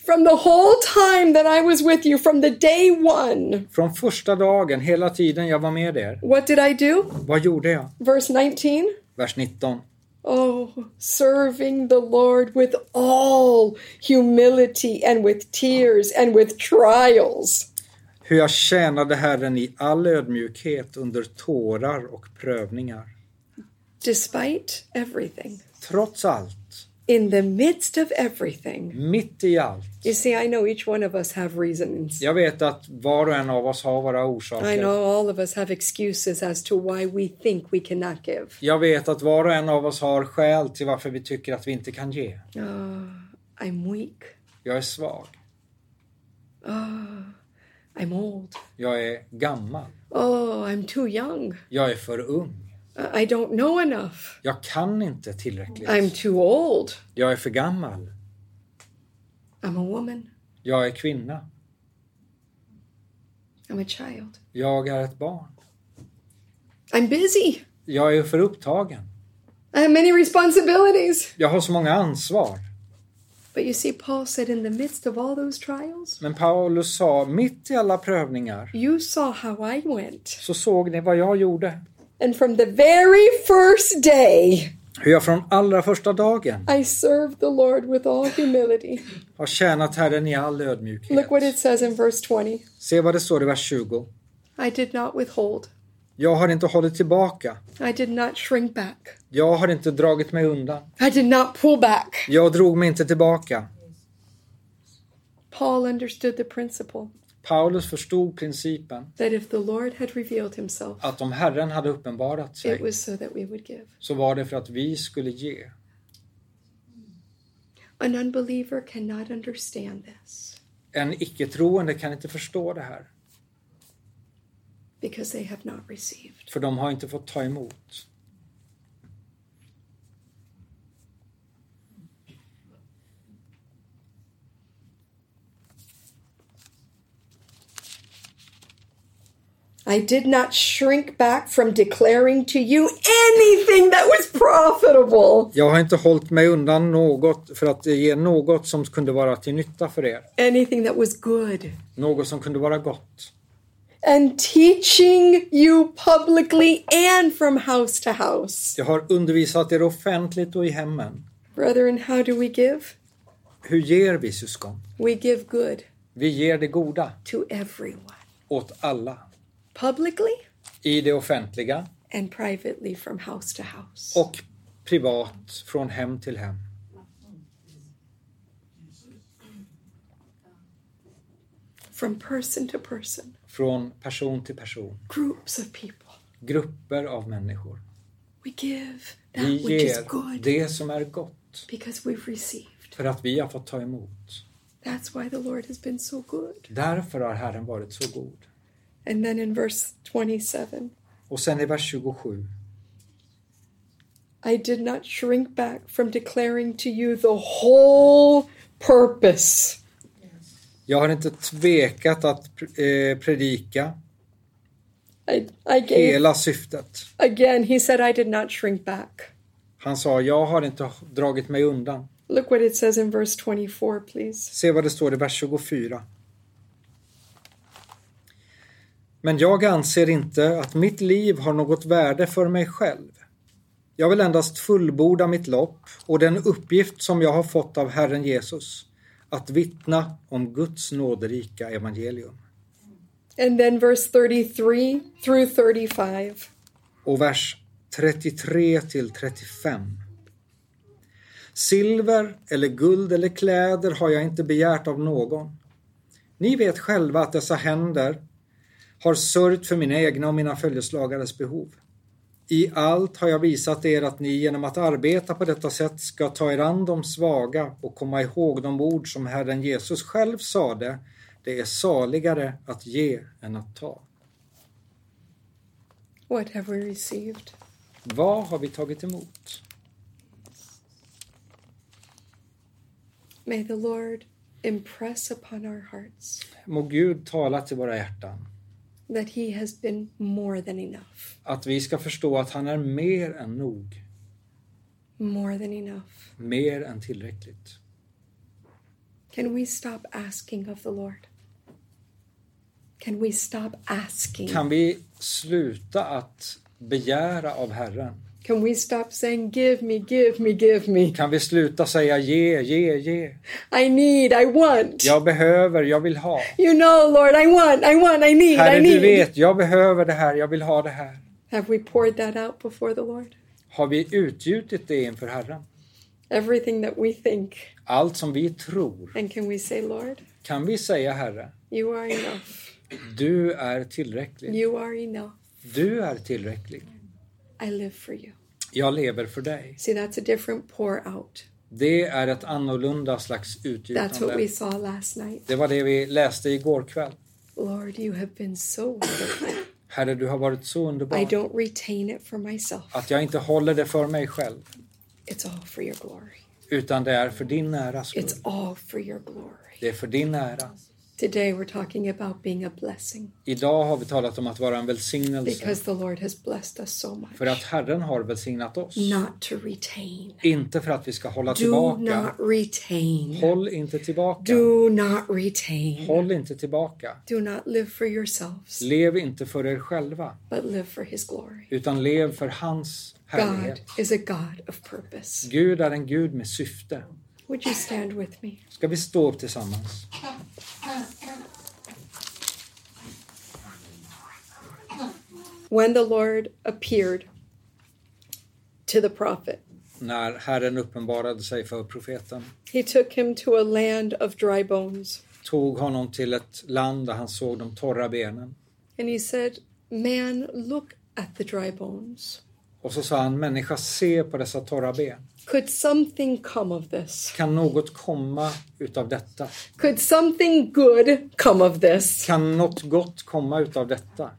S4: From the whole time that I was with you, from the day one,
S3: från första dagen, hela tiden jag var med er,
S4: what did I do?
S3: vad gjorde jag?
S4: Verse 19.
S3: Vers 19.
S4: Oh, serving the Lord with all humility and with tears and with trials.
S3: Hur jag tjänade Herren i all ödmjukhet under tårar och prövningar.
S4: Despite everything,
S3: Trots allt,
S4: in the midst of everything.
S3: mitt i allt.
S4: You see, I know each one of us have reasons.
S3: Jag vet att var och en av oss har våra
S4: I
S3: orsaker.
S4: know all of us have excuses as to why we think we cannot give.
S3: Jag vet att var och en av oss har skäl till varför vi tycker att vi inte kan ge.
S4: I'm weak.
S3: Jag är svag.
S4: I'm old.
S3: Jag är gammal.
S4: Oh, I'm too young.
S3: Jag är för ung.
S4: I I don't know enough.
S3: Jag kan inte tillräckligt.
S4: I'm too old.
S3: Jag är för gammal.
S4: I'm a woman.
S3: Jag är kvinna.
S4: I'm a child.
S3: Jag är ett barn.
S4: I'm busy.
S3: Jag är för upptagen.
S4: I have many responsibilities.
S3: Jag har så många ansvar.
S4: But you see, Paul said, in the midst of all those trials,
S3: Men Paulus sa, mitt i alla prövningar
S4: you saw how I went.
S3: så såg ni vad jag gjorde.
S4: And from the very first day,
S3: Hur jag från allra första dagen
S4: I served the Lord with all humility.
S3: har tjänat Herren i all ödmjukhet.
S4: Look what it says in verse 20.
S3: Se vad det står i vers 20.
S4: I did not withhold.
S3: Jag har inte hållit tillbaka.
S4: I did not shrink back.
S3: Jag har inte dragit mig undan.
S4: I did not pull back.
S3: Jag drog mig inte tillbaka.
S4: Paul understood the principle
S3: Paulus förstod principen
S4: that if the Lord had revealed himself,
S3: att om Herren hade uppenbarat
S4: it
S3: sig
S4: was so that we would give.
S3: så var det för att vi skulle ge.
S4: An unbeliever cannot understand this
S3: En icke-troende kan inte förstå det här,
S4: because they have not received.
S3: för de har inte fått ta emot.
S4: I did not shrink back from declaring to you anything that was profitable.
S3: Jag har inte hållit mig undan något för att ge något som kunde vara till nytta för er,
S4: Anything that was good.
S3: något som kunde vara gott
S4: And teaching you publicly and from house to house.
S3: Jag har undervisat er offentligt och i hemmen.
S4: Brethren, how do we give?
S3: Hur ger vi syskon?
S4: We give good
S3: Vi ger det goda
S4: to everyone,
S3: åt alla.
S4: publicly
S3: I det offentliga
S4: and privately from house to house.
S3: och privat, från hem till hem.
S4: From person to person,
S3: Från person till person.
S4: groups of people.
S3: Grupper av människor.
S4: We give that
S3: Vi
S4: which is
S3: ger
S4: good
S3: det som är gott
S4: because we've received.
S3: för att vi har fått ta emot.
S4: That's why the Lord has been so good.
S3: Därför har Herren varit så god.
S4: And then in verse 27,
S3: Och sen i vers 27.
S4: I did not shrink back from declaring to you the whole purpose.
S3: Jag har inte tvekat att pr- eh, predika
S4: I, I gave,
S3: hela syftet.
S4: again, he said, I did not shrink back.
S3: Han sa, jag har inte dragit mig undan.
S4: Look what it says in verse 24, please.
S3: Se vad det står i vers 24. Men jag anser inte att mitt liv har något värde för mig själv. Jag vill endast fullborda mitt lopp och den uppgift som jag har fått av Herren Jesus, att vittna om Guds nåderika evangelium.
S4: And then verse 33 through 35.
S3: och vers 33 till 35. Silver eller guld eller kläder har jag inte begärt av någon. Ni vet själva att dessa händer har sörjt för mina egna och mina följeslagares behov. I allt har jag visat er att ni genom att arbeta på detta sätt ska ta er an de svaga och komma ihåg de ord som Herren Jesus själv sade, det är saligare att ge än att ta.
S4: What have we received?
S3: Vad har vi tagit emot?
S4: May the Lord impress upon our hearts
S3: Må Gud tala till våra hjärtan.
S4: that He has been more than enough.
S3: Att vi ska förstå att han är mer än nog.
S4: more than enough.
S3: mer än tillräckligt.
S4: Can we stop asking of the Lord? Can we stop asking?
S3: Kan vi sluta att begära av Herren?
S4: Can we stop saying, Give me, give me, give me?
S3: Kan vi sluta säga ge, ge, ge?
S4: I need, I want.
S3: Jag behöver, jag vill ha.
S4: You know, Lord, I want, I want, I need, I
S3: Herre, du
S4: need.
S3: vet, jag behöver det här, jag vill ha det här.
S4: Have we poured that out before the Lord?
S3: Har vi utgjutit det inför Herren?
S4: Everything that we think.
S3: Allt som vi tror.
S4: And can we say, Lord,
S3: Kan vi säga Herre,
S4: you are enough.
S3: du är tillräcklig.
S4: You are enough.
S3: Du är tillräcklig.
S4: I live for you.
S3: Jag lever för dig.
S4: See, that's a different pour out.
S3: Det är ett annorlunda slags
S4: That's what
S3: utgjutande.
S4: we saw last night.
S3: Det var det vi läste igår kväll.
S4: Lord, you have been so wonderful.
S3: Herre, du har varit så
S4: I
S3: underbar
S4: don't retain it for myself.
S3: att jag inte håller det för mig själv,
S4: It's all for your glory.
S3: utan det är för din äras skull.
S4: It's all for your glory.
S3: Det är för din ära.
S4: Today we're talking about being a blessing
S3: Idag har vi talat om att vara en välsignelse
S4: because the Lord has blessed us so much.
S3: för att Herren har välsignat oss.
S4: Not to retain.
S3: Inte för att vi ska hålla
S4: Do
S3: tillbaka.
S4: not retain.
S3: Håll inte tillbaka.
S4: Do not retain.
S3: Håll inte tillbaka.
S4: Do not live for yourselves,
S3: Lev inte för er själva,
S4: but live for His glory.
S3: utan lev för hans
S4: God
S3: härlighet.
S4: is a God of purpose.
S3: Gud är en Gud med syfte.
S4: Would you stand with me?
S3: Ska vi stå upp tillsammans?
S4: When the Lord appeared to the prophet,
S3: När Herren uppenbarade sig för profeten
S4: he took him to a land of dry bones.
S3: tog honom till ett land där han såg de torra benen.
S4: And he said, Man, look at the dry bones.
S3: Och så sa han, människa se på dessa torra ben.
S4: Could something come of this?
S3: Kan något komma utav detta?
S4: Could something good come of this?
S3: Kan något gott komma utav detta?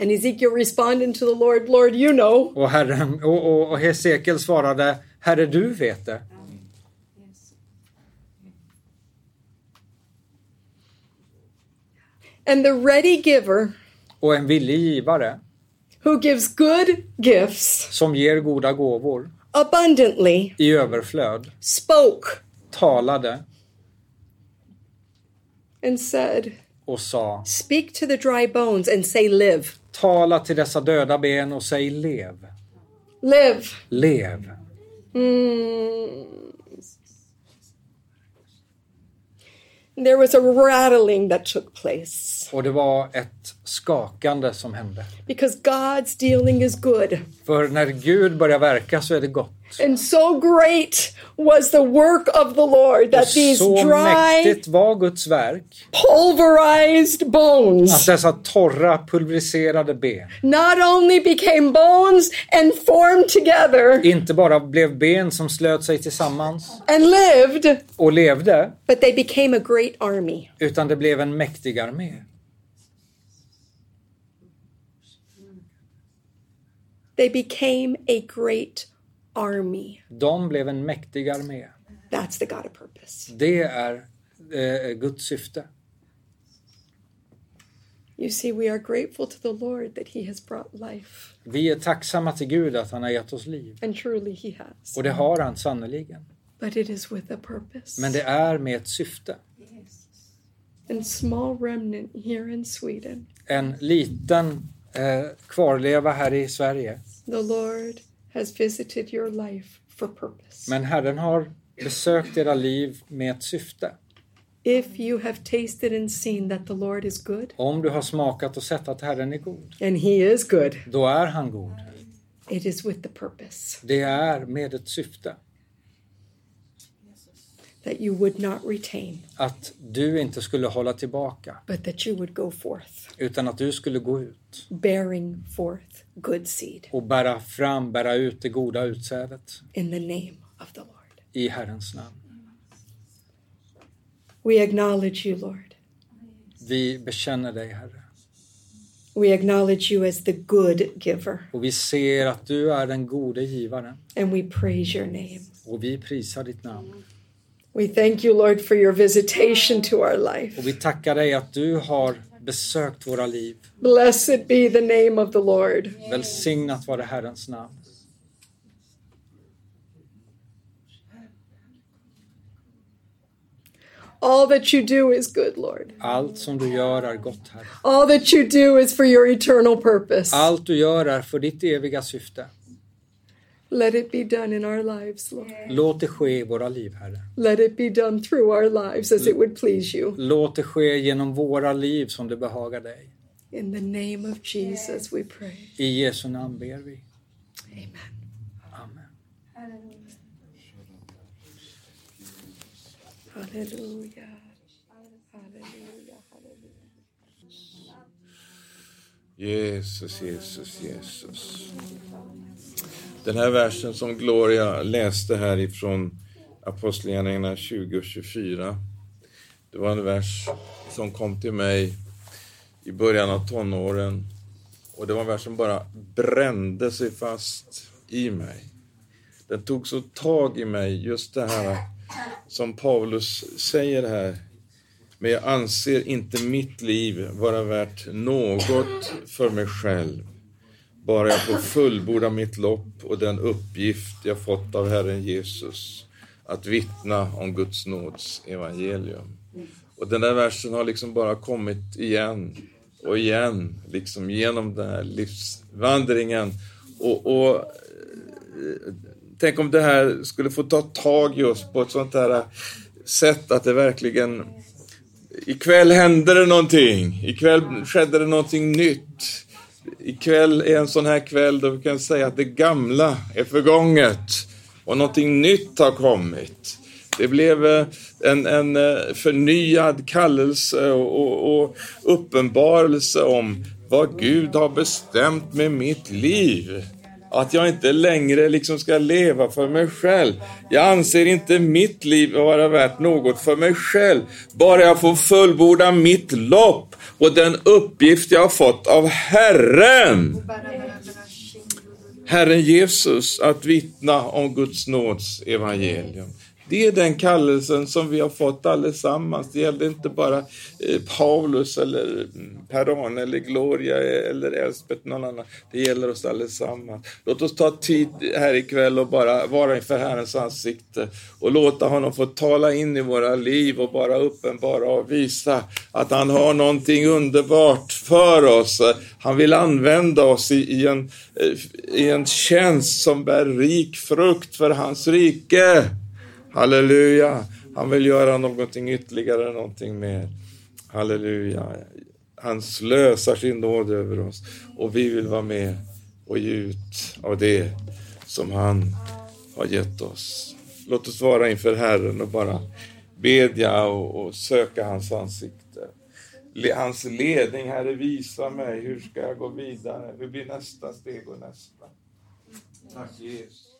S4: And Ezekiel responded to the Lord, Lord, you know.
S3: Och, herren, och, och, och Hesekiel svarade, Herre du vet det.
S4: And the ready giver
S3: Och en villig givare
S4: who gives good gifts
S3: som ger goda gåvor
S4: abundantly
S3: i överflöd
S4: spoke
S3: talade
S4: and said,
S3: och sa,
S4: Speak to the dry bones and say, Live,
S3: tala till dessa döda ben och säg lev,
S4: live.
S3: lev.
S4: Mm. There was a rattling that took place
S3: Och det var ett skakande som hände.
S4: because God's dealing is good.
S3: För när Gud börjar verka så är det gott.
S4: And so great was the work of the Lord that these
S3: Så
S4: dry,
S3: mäktigt var Guds verk
S4: pulverized
S3: att
S4: bones
S3: dessa torra pulveriserade ben
S4: not only became bones and formed together
S3: inte bara blev ben som slöt sig tillsammans
S4: and lived,
S3: och levde,
S4: but they became a great army.
S3: utan det blev en mäktig armé.
S4: They became a great army.
S3: De blev en mäktig armé.
S4: That's the God of purpose.
S3: Det är eh, Guds syfte.
S4: You see, we are grateful to the Lord that He has brought life,
S3: Vi är tacksamma till Gud att han har gett oss liv.
S4: and truly He has.
S3: Och det har han sannerligen.
S4: But it is with a purpose.
S3: Men det är med ett syfte.
S4: And small remnant here in Sweden,
S3: En liten eh, kvarleva här i Sverige.
S4: the Lord has visited your life for purpose.
S3: Men Herren har besökt era liv med ett syfte.
S4: If you have tasted and seen that the Lord is good,
S3: Om du har smakat och sett att Herren är god,
S4: and He is good,
S3: då är han god.
S4: it is with the purpose
S3: Det är med ett syfte.
S4: that you would not retain,
S3: Att du inte skulle hålla tillbaka,
S4: but that you would go forth,
S3: utan att du skulle gå ut
S4: bearing forth good seed
S3: och bära fram, bära ut det goda utsädet
S4: in the name of the Lord.
S3: i Herrens namn.
S4: We acknowledge you, Lord.
S3: Vi bekänner dig, Herre,
S4: We acknowledge you as the good giver,
S3: och vi ser att du är den gode givaren
S4: and we praise your name.
S3: och vi prisar ditt namn.
S4: We thank you, Lord, for your visitation to our life.
S3: Och vi tackar dig att du har besökt våra liv.
S4: Blessed be the name of the Lord.
S3: Välsignat vare Herrens namn.
S4: All that you do is good, Lord.
S3: Allt som du gör är gott, Herre.
S4: All that you do is for your eternal purpose.
S3: Allt du gör är för ditt eviga syfte.
S4: Let it be done in our lives, Lord.
S3: Låt det ske i våra liv, Herre.
S4: Let it be done through our lives as it would please you.
S3: Låt det ske genom våra liv som det behagar dig.
S4: In the name of Jesus, we pray.
S3: I Jesu namn ber vi.
S4: Amen.
S3: Amen.
S4: Hallelujah. Hallelujah. Hallelujah.
S1: Jesus, Jesus, Jesus. Den här versen som Gloria läste här ifrån Apostlagärningarna 20 och 24. Det var en vers som kom till mig i början av tonåren. Och det var en vers som bara brände sig fast i mig. Den tog så tag i mig, just det här som Paulus säger här men jag anser inte mitt liv vara värt något för mig själv. Bara jag får fullborda mitt lopp och den uppgift jag fått av Herren Jesus. Att vittna om Guds nåds evangelium. Och den där versen har liksom bara kommit igen och igen. Liksom genom den här livsvandringen. Och, och eh, tänk om det här skulle få ta tag i oss på ett sånt här sätt att det verkligen Ikväll hände det någonting. Ikväll skedde det någonting nytt. Ikväll är en sån här kväll då vi kan säga att det gamla är förgånget och någonting nytt har kommit. Det blev eh, en, en eh, förnyad kallelse och, och, och uppenbarelse om vad Gud har bestämt med mitt liv. Att jag inte längre liksom ska leva för mig själv. Jag anser inte mitt liv vara värt något för mig själv. Bara jag får fullborda mitt lopp och den uppgift jag har fått av Herren. Herren Jesus att vittna om Guds nåds evangelium. Det är den kallelsen som vi har fått allesammans. Det gällde inte bara eh, Paulus eller mm, Per-Arne eller Gloria eller Elspeth någon annan. Det gäller oss allesammans. Låt oss ta tid här ikväll och bara vara inför Herrens ansikte och låta honom få tala in i våra liv och bara uppenbara och visa att han har någonting underbart för oss. Han vill använda oss i, i, en, eh, i en tjänst som bär rik frukt för hans rike. Halleluja! Han vill göra någonting ytterligare, någonting mer. Halleluja! Han slösar sin nåd över oss och vi vill vara med och ge ut av det som han har gett oss. Låt oss vara inför Herren och bara bedja och, och söka hans ansikte. Le- Hans ledning, Herre, visa mig hur ska jag gå vidare? Hur blir nästa steg och nästa? Tack Jesus.